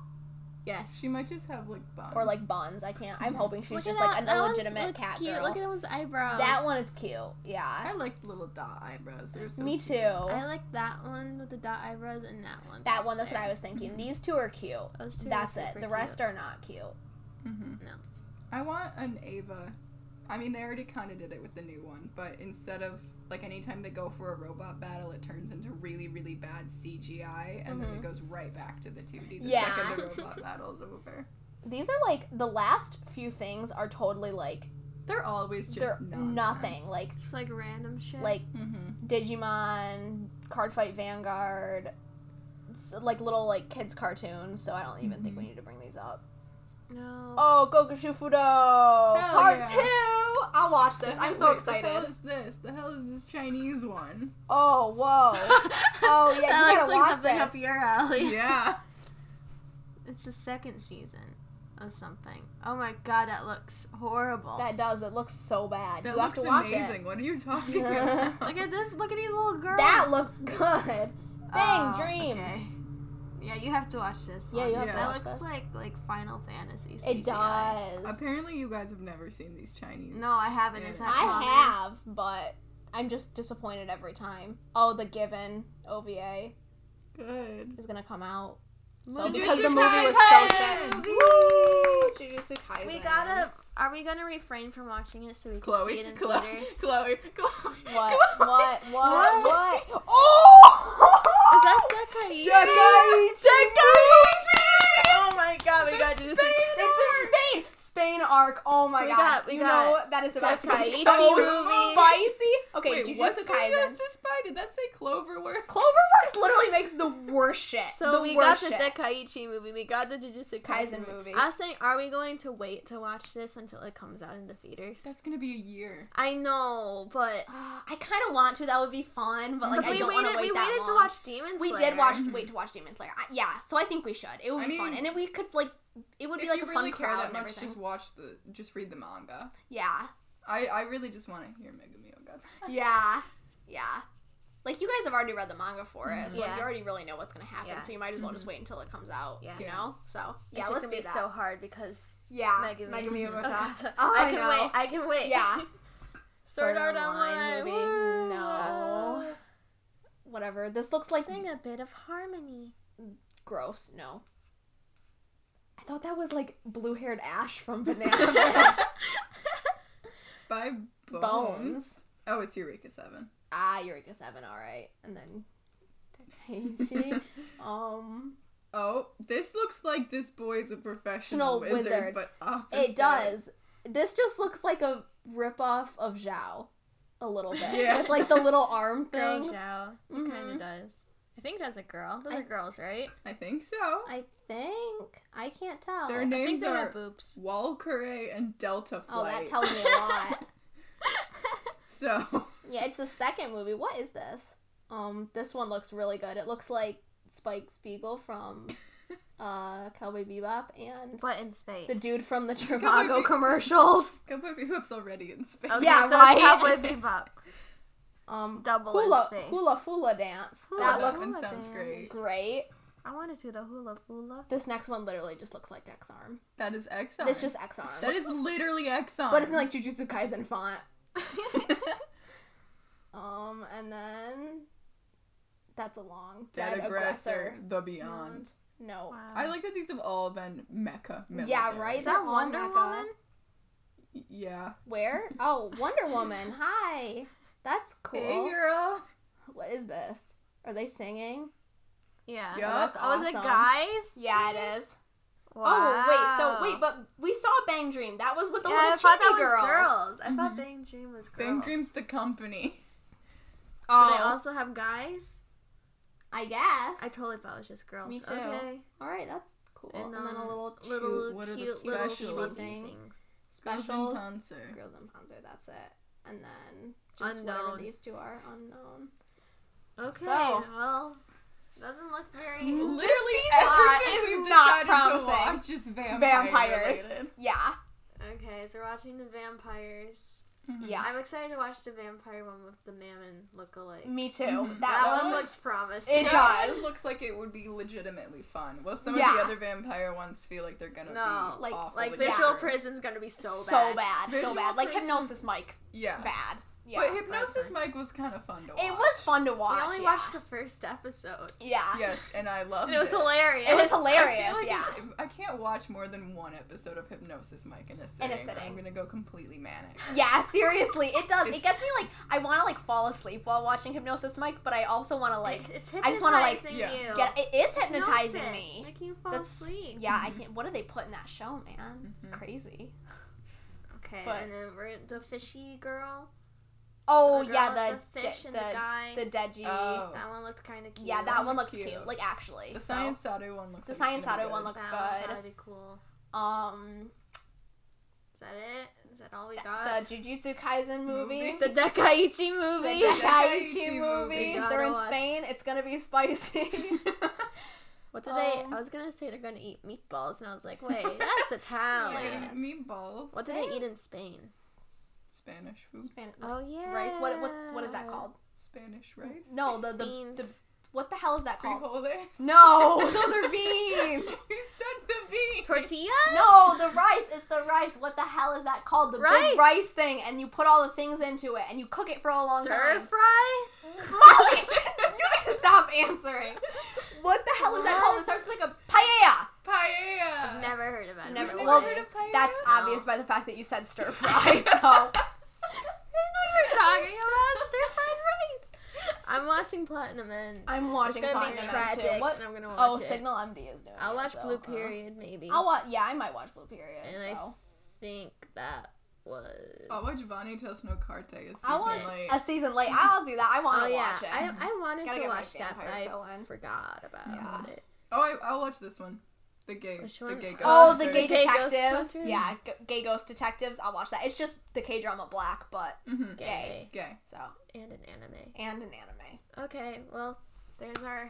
[SPEAKER 2] Yes.
[SPEAKER 3] She might just have like buns.
[SPEAKER 2] or like buns. I can't. I'm hoping she's
[SPEAKER 1] Look at
[SPEAKER 2] just
[SPEAKER 1] that-
[SPEAKER 2] like an
[SPEAKER 1] that one's-
[SPEAKER 2] illegitimate
[SPEAKER 1] looks
[SPEAKER 2] cat
[SPEAKER 1] cute.
[SPEAKER 2] girl.
[SPEAKER 1] Look at that one's eyebrows.
[SPEAKER 2] that one is cute. Yeah.
[SPEAKER 3] I like little dot eyebrows. They're so
[SPEAKER 2] Me
[SPEAKER 3] cute.
[SPEAKER 2] too.
[SPEAKER 1] I like that one with the dot eyebrows and that one.
[SPEAKER 2] that one. That's what I was thinking. These two are cute.
[SPEAKER 1] Those two.
[SPEAKER 2] That's it. The rest are not cute.
[SPEAKER 3] Mhm.
[SPEAKER 1] No.
[SPEAKER 3] I want an Ava. I mean, they already kind of did it with the new one, but instead of like anytime they go for a robot battle, it turns into really, really bad CGI, and then
[SPEAKER 2] Mhm.
[SPEAKER 3] it goes right back to the 2D the
[SPEAKER 2] Yeah.
[SPEAKER 3] second the
[SPEAKER 2] *laughs*
[SPEAKER 3] robot battle's over.
[SPEAKER 2] These are like the last few things are totally like
[SPEAKER 3] They're always just
[SPEAKER 2] they're
[SPEAKER 3] nonsense.
[SPEAKER 2] nothing. Like
[SPEAKER 1] Just like random shit.
[SPEAKER 2] like
[SPEAKER 3] hmm
[SPEAKER 2] Digimon, Card Fight Vanguard, s like little like kids cartoons. So I don't even think we
[SPEAKER 3] Mm-hmm.
[SPEAKER 2] need to bring these up.
[SPEAKER 1] no. *laughs*
[SPEAKER 2] Oh, Gokushu Fudo
[SPEAKER 3] Hell
[SPEAKER 2] Part
[SPEAKER 3] yeah.
[SPEAKER 2] Two. I'll watch this. I'm so
[SPEAKER 3] Wait, The hell
[SPEAKER 2] excited.
[SPEAKER 3] is this? The hell is this
[SPEAKER 2] *laughs*
[SPEAKER 3] Chinese one?
[SPEAKER 2] Oh,
[SPEAKER 3] *laughs*
[SPEAKER 2] whoa. Oh,
[SPEAKER 1] that
[SPEAKER 2] yeah, you
[SPEAKER 1] looks
[SPEAKER 2] gotta
[SPEAKER 1] like
[SPEAKER 2] watch
[SPEAKER 1] something
[SPEAKER 2] this.
[SPEAKER 1] up your alley.
[SPEAKER 3] yeah.
[SPEAKER 1] It's the second season of something. Oh my god, that looks horrible.
[SPEAKER 2] That does. It looks so bad.
[SPEAKER 3] That
[SPEAKER 2] you have
[SPEAKER 3] looks
[SPEAKER 2] to watch
[SPEAKER 3] amazing.
[SPEAKER 2] it.
[SPEAKER 3] What are
[SPEAKER 2] *laughs*
[SPEAKER 3] you talking about?
[SPEAKER 1] look at this. Look at these little girls.
[SPEAKER 2] That looks good. Dang,
[SPEAKER 1] Oh,
[SPEAKER 2] dream.
[SPEAKER 1] okay. Yeah, you have to watch this.
[SPEAKER 2] Yeah,
[SPEAKER 1] one.
[SPEAKER 2] you have
[SPEAKER 3] to
[SPEAKER 1] That
[SPEAKER 2] watch
[SPEAKER 1] looks
[SPEAKER 2] this.
[SPEAKER 1] like like Final Fantasy. CGI.
[SPEAKER 2] It does.
[SPEAKER 3] Apparently, you guys have never seen these Chinese.
[SPEAKER 1] No, I haven't. Is
[SPEAKER 3] It's
[SPEAKER 1] that
[SPEAKER 2] I
[SPEAKER 1] common?
[SPEAKER 2] have, but I'm just disappointed every time. Oh, the Given OVA
[SPEAKER 3] Good.
[SPEAKER 2] is gonna come out. So
[SPEAKER 1] Well,
[SPEAKER 2] because the
[SPEAKER 3] Jujutsu
[SPEAKER 2] movie was so sad.
[SPEAKER 3] Kaisen!
[SPEAKER 2] Jujutsu Kaisen.
[SPEAKER 1] We gotta. Are we gonna refrain from watching it so we can see
[SPEAKER 3] Chloe,
[SPEAKER 1] it in
[SPEAKER 3] Chloe,
[SPEAKER 2] *laughs*
[SPEAKER 1] theaters?
[SPEAKER 3] Chloe, Chloe.
[SPEAKER 2] What? *laughs*
[SPEAKER 3] Chloe.
[SPEAKER 2] What? What? What?
[SPEAKER 3] Oh!
[SPEAKER 1] Is that Decaichi?
[SPEAKER 2] Oh my god, we
[SPEAKER 3] The
[SPEAKER 2] got to do this.
[SPEAKER 3] Spain
[SPEAKER 2] It's in Spain. Spain arc. Oh my
[SPEAKER 1] So we
[SPEAKER 2] god.
[SPEAKER 1] got- we
[SPEAKER 2] you
[SPEAKER 1] got
[SPEAKER 2] know that is about to be
[SPEAKER 1] Decaichi
[SPEAKER 2] so
[SPEAKER 1] movie.
[SPEAKER 2] spicy. Okay,
[SPEAKER 3] Wait, what's
[SPEAKER 2] Jujutsu Kaisen.
[SPEAKER 3] this by? Did that say Cloverworks?
[SPEAKER 2] Cloverworks literally makes the worst shit.
[SPEAKER 1] So
[SPEAKER 2] the
[SPEAKER 1] we got
[SPEAKER 2] worst
[SPEAKER 1] the
[SPEAKER 2] shit.
[SPEAKER 1] Dekaichi movie. We got the Jujutsu Kaisen,
[SPEAKER 2] Kaisen movie.
[SPEAKER 1] I was saying, are we going to wait to watch this until it comes out in the theaters?
[SPEAKER 3] That's gonna be a year.
[SPEAKER 1] I know, but
[SPEAKER 2] *sighs* I kind of want to. That would be fun, but like
[SPEAKER 1] Because
[SPEAKER 2] I
[SPEAKER 1] we
[SPEAKER 2] don't want
[SPEAKER 1] waited.
[SPEAKER 2] to wait
[SPEAKER 1] we
[SPEAKER 2] that
[SPEAKER 1] waited
[SPEAKER 2] long.
[SPEAKER 1] to watch Demon
[SPEAKER 2] We
[SPEAKER 1] Slayer.
[SPEAKER 2] did watch wait to watch Demon Slayer. I, yeah, so I think we should. It would
[SPEAKER 3] I
[SPEAKER 2] be fun,
[SPEAKER 3] mean,
[SPEAKER 2] and it, we could like it would
[SPEAKER 3] If
[SPEAKER 2] be like
[SPEAKER 3] you
[SPEAKER 2] a
[SPEAKER 3] really
[SPEAKER 2] fun
[SPEAKER 3] care
[SPEAKER 2] crowd
[SPEAKER 3] that
[SPEAKER 2] and
[SPEAKER 3] much,
[SPEAKER 2] everything.
[SPEAKER 3] just watch the, just read the manga.
[SPEAKER 2] Yeah,
[SPEAKER 3] I, I really just want to hear Megumi Ogawa.
[SPEAKER 2] yeah, yeah. Like you guys have already read the manga for it, so like,
[SPEAKER 1] Yeah.
[SPEAKER 2] you already really know what's gonna happen.
[SPEAKER 1] Yeah.
[SPEAKER 2] So you might as well just wait until it comes out.
[SPEAKER 1] Yeah.
[SPEAKER 2] you
[SPEAKER 3] Yeah.
[SPEAKER 2] know. So yeah,
[SPEAKER 1] it's
[SPEAKER 2] let's
[SPEAKER 1] just gonna
[SPEAKER 2] do
[SPEAKER 1] be
[SPEAKER 2] that.
[SPEAKER 1] so hard because
[SPEAKER 2] yeah,
[SPEAKER 1] Megumi.
[SPEAKER 2] Megumi
[SPEAKER 1] Mhm.
[SPEAKER 2] Ogata.
[SPEAKER 1] Okay.
[SPEAKER 2] *laughs* Oh,
[SPEAKER 1] *laughs* I can
[SPEAKER 2] know.
[SPEAKER 1] wait. I can wait.
[SPEAKER 2] Yeah.
[SPEAKER 1] *laughs* Sword
[SPEAKER 2] Sword
[SPEAKER 1] Art
[SPEAKER 2] Online
[SPEAKER 1] Online
[SPEAKER 2] movie.
[SPEAKER 1] Woo.
[SPEAKER 2] No. Whatever. This looks like
[SPEAKER 1] Sing a bit of harmony.
[SPEAKER 2] gross. No. I thought that was like blue haired Ash *laughs* from Banana Man.
[SPEAKER 3] It's by Bones.
[SPEAKER 2] Bones.
[SPEAKER 3] Oh, it's Eureka Seven.
[SPEAKER 2] Ah, Eureka 7, alright. And then *laughs* Takeishi. um,
[SPEAKER 3] Oh, this looks like this boy's a
[SPEAKER 2] Professional
[SPEAKER 3] professional wizard,
[SPEAKER 2] wizard.
[SPEAKER 3] but opposite.
[SPEAKER 2] it does. This just looks like a ripoff of Zhao. A
[SPEAKER 1] *laughs*
[SPEAKER 2] little bit.
[SPEAKER 3] Yeah.
[SPEAKER 2] With like the little arm
[SPEAKER 1] Girl
[SPEAKER 2] things.
[SPEAKER 1] Zhao.
[SPEAKER 2] Mhm.
[SPEAKER 1] Kind of does. I think that's a girl. Those
[SPEAKER 2] I-
[SPEAKER 1] are girls, right?
[SPEAKER 3] I think so.
[SPEAKER 2] I think. I can't tell.
[SPEAKER 3] Their
[SPEAKER 1] I think
[SPEAKER 3] names
[SPEAKER 1] they have
[SPEAKER 3] are
[SPEAKER 1] boobs.
[SPEAKER 3] Walcure and Delta
[SPEAKER 2] oh,
[SPEAKER 3] Flight.
[SPEAKER 2] that tells me a
[SPEAKER 1] *laughs*
[SPEAKER 2] lot.
[SPEAKER 3] So *laughs*
[SPEAKER 2] Yeah, it's the second movie. What is this? Um, this one looks really good. It looks like Spike Spiegel
[SPEAKER 1] *laughs*
[SPEAKER 2] from uh Cowboy Bebop and
[SPEAKER 1] But in space.
[SPEAKER 2] the dude from the
[SPEAKER 3] Cowboy
[SPEAKER 2] Trivago
[SPEAKER 3] Bebop.
[SPEAKER 2] *laughs* commercials.
[SPEAKER 3] Cowboy Bebop's already in space.
[SPEAKER 1] Okay,
[SPEAKER 2] Yeah,
[SPEAKER 1] so
[SPEAKER 2] right?
[SPEAKER 1] It's Cowboy
[SPEAKER 2] *laughs*
[SPEAKER 1] Bebop.
[SPEAKER 2] Um,
[SPEAKER 1] Double in
[SPEAKER 2] hula
[SPEAKER 1] space.
[SPEAKER 2] hula fula dance.
[SPEAKER 1] Hula
[SPEAKER 2] that
[SPEAKER 1] dance.
[SPEAKER 2] looks
[SPEAKER 1] Hula dance.
[SPEAKER 3] sounds great.
[SPEAKER 2] great.
[SPEAKER 1] I wanted to do the hula
[SPEAKER 2] *laughs*
[SPEAKER 1] hula.
[SPEAKER 2] This next one literally just looks like X arm.
[SPEAKER 3] That is Exxon.
[SPEAKER 2] It's just X arm,
[SPEAKER 3] that is literally Exxon.
[SPEAKER 2] but it's
[SPEAKER 1] Um.
[SPEAKER 2] in like Jujutsu Kaisen font.
[SPEAKER 3] like
[SPEAKER 2] Um, and then that's a long
[SPEAKER 3] Dead, aggressor, the Beyond.
[SPEAKER 2] No.
[SPEAKER 1] Wow.
[SPEAKER 3] I like that these have all been mecha. Military.
[SPEAKER 2] Yeah, right.
[SPEAKER 1] Is that
[SPEAKER 2] They're all
[SPEAKER 1] Wonder
[SPEAKER 2] mecha.
[SPEAKER 1] Woman?
[SPEAKER 3] Y- Yeah.
[SPEAKER 2] Where? Oh, Wonder
[SPEAKER 1] *laughs*
[SPEAKER 2] Woman. Hi. That's cool.
[SPEAKER 3] Hey, girl.
[SPEAKER 2] What is this? Are they singing?
[SPEAKER 1] Yeah.
[SPEAKER 3] Yeah.
[SPEAKER 2] that's
[SPEAKER 1] Oh, is it
[SPEAKER 2] awesome.
[SPEAKER 1] guys?
[SPEAKER 2] Yeah, it is.
[SPEAKER 1] Wow.
[SPEAKER 2] Oh, wait. So wait, but we saw Bang Dream. That was with the
[SPEAKER 1] yeah, I
[SPEAKER 2] little
[SPEAKER 1] thought that
[SPEAKER 2] chibi girls.
[SPEAKER 1] was girls. I
[SPEAKER 3] Mhm.
[SPEAKER 1] thought Bang Dream was girls.
[SPEAKER 3] Bang Dream's the company.
[SPEAKER 1] Do they
[SPEAKER 2] Oh,
[SPEAKER 1] also have guys?
[SPEAKER 2] I guess.
[SPEAKER 1] I totally thought it was just girls.
[SPEAKER 2] Me too.
[SPEAKER 1] Okay.
[SPEAKER 2] All right, that's cool. And,
[SPEAKER 1] And,
[SPEAKER 2] then a
[SPEAKER 1] um,
[SPEAKER 2] little
[SPEAKER 1] Little
[SPEAKER 2] cute
[SPEAKER 3] What are the
[SPEAKER 1] cute little
[SPEAKER 3] specials?
[SPEAKER 1] chibi
[SPEAKER 2] Thing.
[SPEAKER 1] things.
[SPEAKER 3] Special
[SPEAKER 2] specials.
[SPEAKER 3] Panzer.
[SPEAKER 2] Girls and Panzer. That's it. And then just whatever
[SPEAKER 1] Unknown.
[SPEAKER 2] these two are unknown.
[SPEAKER 1] Okay.
[SPEAKER 2] So-
[SPEAKER 1] Well, doesn't look very.
[SPEAKER 3] Literally
[SPEAKER 2] plot
[SPEAKER 3] everything
[SPEAKER 2] is
[SPEAKER 3] we've
[SPEAKER 2] not
[SPEAKER 3] decided
[SPEAKER 2] promising.
[SPEAKER 3] to watch is vampire
[SPEAKER 2] Vampires.
[SPEAKER 3] related.
[SPEAKER 2] Yeah.
[SPEAKER 1] Okay, so we're watching the vampires.
[SPEAKER 2] Yeah.
[SPEAKER 1] I'm excited to watch the vampire one with the mammon look-alike.
[SPEAKER 2] Me too.
[SPEAKER 3] Mhm.
[SPEAKER 2] Mm, That,
[SPEAKER 1] Mm-hmm. That
[SPEAKER 2] one,
[SPEAKER 1] one looks promising.
[SPEAKER 2] It
[SPEAKER 3] That one
[SPEAKER 2] does.
[SPEAKER 3] looks like it would be legitimately fun. Well, some of
[SPEAKER 2] Yeah.
[SPEAKER 3] the other vampire ones feel like they're gonna
[SPEAKER 1] No,
[SPEAKER 3] be
[SPEAKER 2] like-
[SPEAKER 3] awful
[SPEAKER 1] Like
[SPEAKER 3] to get
[SPEAKER 1] visual
[SPEAKER 3] through.
[SPEAKER 1] prison's gonna be so,
[SPEAKER 2] so,
[SPEAKER 1] bad.
[SPEAKER 2] bad.
[SPEAKER 3] Visual
[SPEAKER 2] So bad. Like
[SPEAKER 3] prison-
[SPEAKER 2] Hypnosis Mike.
[SPEAKER 3] Yeah.
[SPEAKER 2] Bad. Yeah.
[SPEAKER 3] But
[SPEAKER 1] but
[SPEAKER 3] Hypnosis
[SPEAKER 1] it's
[SPEAKER 3] Mike was kind of fun to watch.
[SPEAKER 2] it was fun to watch.
[SPEAKER 1] We only
[SPEAKER 2] yeah.
[SPEAKER 1] watched the first episode.
[SPEAKER 2] Yeah.
[SPEAKER 3] Yes, and I loved
[SPEAKER 1] And it was hilarious.
[SPEAKER 2] It was
[SPEAKER 3] I
[SPEAKER 2] hilarious.
[SPEAKER 3] feel like
[SPEAKER 2] yeah.
[SPEAKER 3] it- I can't watch more than one episode of Hypnosis Mike in a sitting.
[SPEAKER 2] a
[SPEAKER 3] or I'm
[SPEAKER 2] sitting.
[SPEAKER 3] gonna go completely manic.
[SPEAKER 2] Yeah, seriously, it does.
[SPEAKER 3] It's-
[SPEAKER 2] It gets me like I want to like fall asleep while watching Hypnosis Mike, but I also want to like
[SPEAKER 1] Like it's
[SPEAKER 2] I just wanna, like,
[SPEAKER 1] hypnotizing
[SPEAKER 3] Yeah.
[SPEAKER 1] you.
[SPEAKER 2] get it is
[SPEAKER 1] Hypnosis,
[SPEAKER 2] hypnotizing me.
[SPEAKER 1] Making you fall
[SPEAKER 2] That's
[SPEAKER 1] asleep. Mm-hmm.
[SPEAKER 2] yeah. I can't. What do they put in that show, man? It's
[SPEAKER 3] Mhm.
[SPEAKER 2] crazy.
[SPEAKER 1] Okay,
[SPEAKER 2] But-
[SPEAKER 1] and then we're the fishy girl.
[SPEAKER 2] Oh
[SPEAKER 1] the girl
[SPEAKER 2] yeah, the
[SPEAKER 1] with the fish and the, guy.
[SPEAKER 2] the Deji.
[SPEAKER 3] Oh.
[SPEAKER 1] that one looked kind of cute.
[SPEAKER 2] yeah, that one looks
[SPEAKER 3] Cute.
[SPEAKER 2] cute. Like actually,
[SPEAKER 3] The
[SPEAKER 2] So,
[SPEAKER 3] Science Sado one looks.
[SPEAKER 2] The
[SPEAKER 3] like
[SPEAKER 2] Science
[SPEAKER 3] it's gonna be
[SPEAKER 2] Sado one
[SPEAKER 3] good.
[SPEAKER 2] looks
[SPEAKER 1] That
[SPEAKER 2] good.
[SPEAKER 1] would be cool.
[SPEAKER 2] Um,
[SPEAKER 1] Is that it? Is that all we
[SPEAKER 2] th-
[SPEAKER 1] got?
[SPEAKER 2] the Jujutsu Kaisen movie.
[SPEAKER 3] Movie.
[SPEAKER 1] The, Dekaiichi movie.
[SPEAKER 2] The
[SPEAKER 3] Deka-
[SPEAKER 2] Dakaichi
[SPEAKER 3] Dakaichi movie.
[SPEAKER 2] movie.
[SPEAKER 1] Gotta
[SPEAKER 2] They're in
[SPEAKER 1] watch.
[SPEAKER 2] Spain. It's gonna be spicy. *laughs*
[SPEAKER 1] what did they?
[SPEAKER 2] Um,
[SPEAKER 1] I was gonna say they're gonna eat meatballs, and I was like, wait,
[SPEAKER 2] *laughs*
[SPEAKER 1] that's Italian.
[SPEAKER 3] Yeah. Meatballs.
[SPEAKER 1] What do they eat in Spain?
[SPEAKER 3] Spanish food.
[SPEAKER 2] Spanish
[SPEAKER 1] Oh yeah,
[SPEAKER 2] rice. What what what is that called?
[SPEAKER 3] Spanish rice.
[SPEAKER 2] No, the the, the
[SPEAKER 1] Beans.
[SPEAKER 2] what the hell is that called?
[SPEAKER 3] Frijoles.
[SPEAKER 2] No, those are beans.
[SPEAKER 3] *laughs* you said the
[SPEAKER 1] *laughs*
[SPEAKER 3] beans.
[SPEAKER 1] Tortillas?
[SPEAKER 2] No, the rice. It's the rice. What the hell is that called? The
[SPEAKER 1] Rice.
[SPEAKER 2] big rice thing, and you put all the things into it, and you cook it for a long
[SPEAKER 1] Stir
[SPEAKER 2] time. *laughs*
[SPEAKER 1] fry? *laughs*
[SPEAKER 2] Molly, *laughs* you need to stop answering. What the hell is that called? It starts with like a paella.
[SPEAKER 3] Paella.
[SPEAKER 1] Never heard about it.
[SPEAKER 2] Never-
[SPEAKER 1] before.
[SPEAKER 2] well,
[SPEAKER 3] heard of paella?
[SPEAKER 2] That's
[SPEAKER 1] No.
[SPEAKER 2] obvious by the fact that you said stir fry.
[SPEAKER 1] *laughs*
[SPEAKER 2] So
[SPEAKER 1] talking about stir fried rice. I'm watching Platinum and
[SPEAKER 2] I'm
[SPEAKER 1] it's
[SPEAKER 2] watching
[SPEAKER 1] gonna
[SPEAKER 2] Finding
[SPEAKER 1] be
[SPEAKER 2] Nemo
[SPEAKER 1] tragic.
[SPEAKER 2] Too. What?
[SPEAKER 1] And I'm gonna watch
[SPEAKER 2] Oh,
[SPEAKER 1] it.
[SPEAKER 2] Signal MD is doing.
[SPEAKER 1] I'll
[SPEAKER 2] it,
[SPEAKER 1] watch
[SPEAKER 2] so,
[SPEAKER 1] Blue
[SPEAKER 2] uh,
[SPEAKER 1] Period maybe.
[SPEAKER 2] I'll watch. Yeah, I might watch Blue Period.
[SPEAKER 1] And I
[SPEAKER 2] so.
[SPEAKER 1] think that was.
[SPEAKER 3] I'll watch Vanitas no Carte. a
[SPEAKER 2] I
[SPEAKER 3] season
[SPEAKER 2] want
[SPEAKER 3] late.
[SPEAKER 2] a season late. I'll do that. I want
[SPEAKER 1] Oh
[SPEAKER 2] to
[SPEAKER 1] yeah,
[SPEAKER 2] watch it.
[SPEAKER 1] I, I wanted
[SPEAKER 2] Gotta
[SPEAKER 1] to
[SPEAKER 2] get my
[SPEAKER 1] watch that, but
[SPEAKER 2] vampire
[SPEAKER 1] I
[SPEAKER 2] fill in.
[SPEAKER 1] forgot about it.
[SPEAKER 3] oh, I, I'll watch this one. The gay.
[SPEAKER 1] Which
[SPEAKER 3] The
[SPEAKER 1] one?
[SPEAKER 3] gay guy.
[SPEAKER 1] Uh,
[SPEAKER 2] Oh, the
[SPEAKER 3] There's-
[SPEAKER 2] gay,
[SPEAKER 1] Gay Ghost
[SPEAKER 2] detectives.
[SPEAKER 1] Hunters?
[SPEAKER 2] yeah, g- gay ghost detectives. I'll watch that. It's just the K drama Black, but
[SPEAKER 3] Mhm.
[SPEAKER 1] Gay
[SPEAKER 2] Gay.
[SPEAKER 3] Gay.
[SPEAKER 2] so
[SPEAKER 1] and an anime.
[SPEAKER 2] and an anime.
[SPEAKER 1] Okay, well, there's our.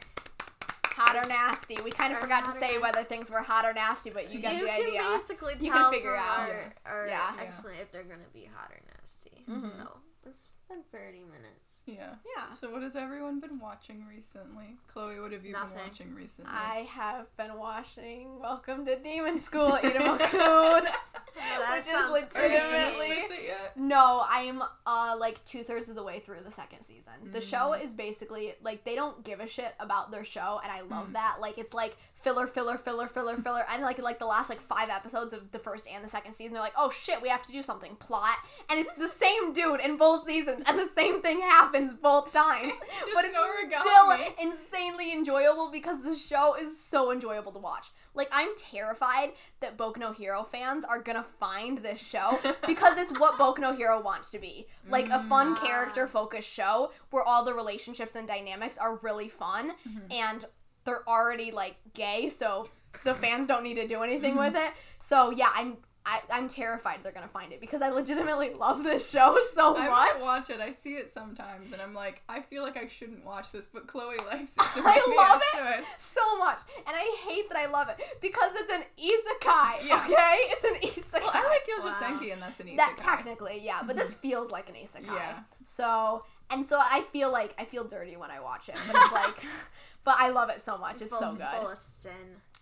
[SPEAKER 2] Hot or nasty. We kind of
[SPEAKER 1] Or
[SPEAKER 2] forgot to
[SPEAKER 1] hot or
[SPEAKER 2] say
[SPEAKER 1] nasty.
[SPEAKER 2] whether things were hot or nasty, but you get
[SPEAKER 1] you
[SPEAKER 2] the
[SPEAKER 1] can
[SPEAKER 2] idea.
[SPEAKER 1] basically tell
[SPEAKER 2] You can figure
[SPEAKER 1] from
[SPEAKER 2] out.
[SPEAKER 1] our, our
[SPEAKER 2] Yeah.
[SPEAKER 3] Yeah.
[SPEAKER 1] explanation if they're gonna be hot or nasty.
[SPEAKER 2] Mhm.
[SPEAKER 1] So it's been 30 minutes.
[SPEAKER 3] Yeah.
[SPEAKER 2] Yeah.
[SPEAKER 3] So what has everyone been watching recently? Chloe, what have you
[SPEAKER 1] Nothing.
[SPEAKER 3] been watching recently?
[SPEAKER 2] I have been watching Welcome to Demon School,
[SPEAKER 3] *laughs*
[SPEAKER 2] Irma Kun.
[SPEAKER 1] that
[SPEAKER 2] which is
[SPEAKER 1] sounds
[SPEAKER 3] Are you finished
[SPEAKER 2] legitimately
[SPEAKER 3] with it yet?
[SPEAKER 2] *laughs* No, I'm uh like two thirds of the way through the second season. The show
[SPEAKER 3] Mm.
[SPEAKER 2] is basically like they don't give a shit about their show, and I love
[SPEAKER 3] Mm.
[SPEAKER 2] that. Like it's like filler, filler, filler, filler, filler, and like like the last like five episodes of the first and the second season, they're like, oh shit, we have to do something plot, and it's the same dude in both seasons, and the same thing happens both times.
[SPEAKER 3] *laughs* Just
[SPEAKER 2] but it's
[SPEAKER 3] no
[SPEAKER 2] still
[SPEAKER 3] origami.
[SPEAKER 2] insanely enjoyable because the show is so enjoyable to watch. Like I'm terrified that Boku no Hero fans are gonna find this show because it's what Boku no Hero wants to be. Like a fun
[SPEAKER 1] Mm.
[SPEAKER 2] character focused show where all the relationships and dynamics are really fun
[SPEAKER 3] Mhm.
[SPEAKER 2] and they're already like gay, so the fans don't need to do anything with it. So yeah, I'm I, I'm terrified they're gonna find it because I legitimately love this show *laughs* so
[SPEAKER 3] I
[SPEAKER 2] much.
[SPEAKER 3] won't watch it. I see it sometimes, and I'm like, I feel like I shouldn't watch this, but Chloe likes
[SPEAKER 2] *laughs*
[SPEAKER 3] it. So
[SPEAKER 2] I
[SPEAKER 3] maybe
[SPEAKER 2] love
[SPEAKER 3] I
[SPEAKER 2] *laughs*
[SPEAKER 3] should.
[SPEAKER 2] so much, and I hate that I love it because it's an isekai.
[SPEAKER 3] Yeah.
[SPEAKER 2] Okay, it's an isekai.
[SPEAKER 3] Well, I like Yōjo
[SPEAKER 1] Wow.
[SPEAKER 3] Senki, and that's an easy
[SPEAKER 2] that technically, yeah, but this feels like an isekai.
[SPEAKER 3] Yeah.
[SPEAKER 2] So and so, I feel like I feel dirty when I watch it, but it's
[SPEAKER 3] *laughs*
[SPEAKER 2] like, but I love it so much. It's so
[SPEAKER 1] Full-
[SPEAKER 2] good.
[SPEAKER 1] Full of sin.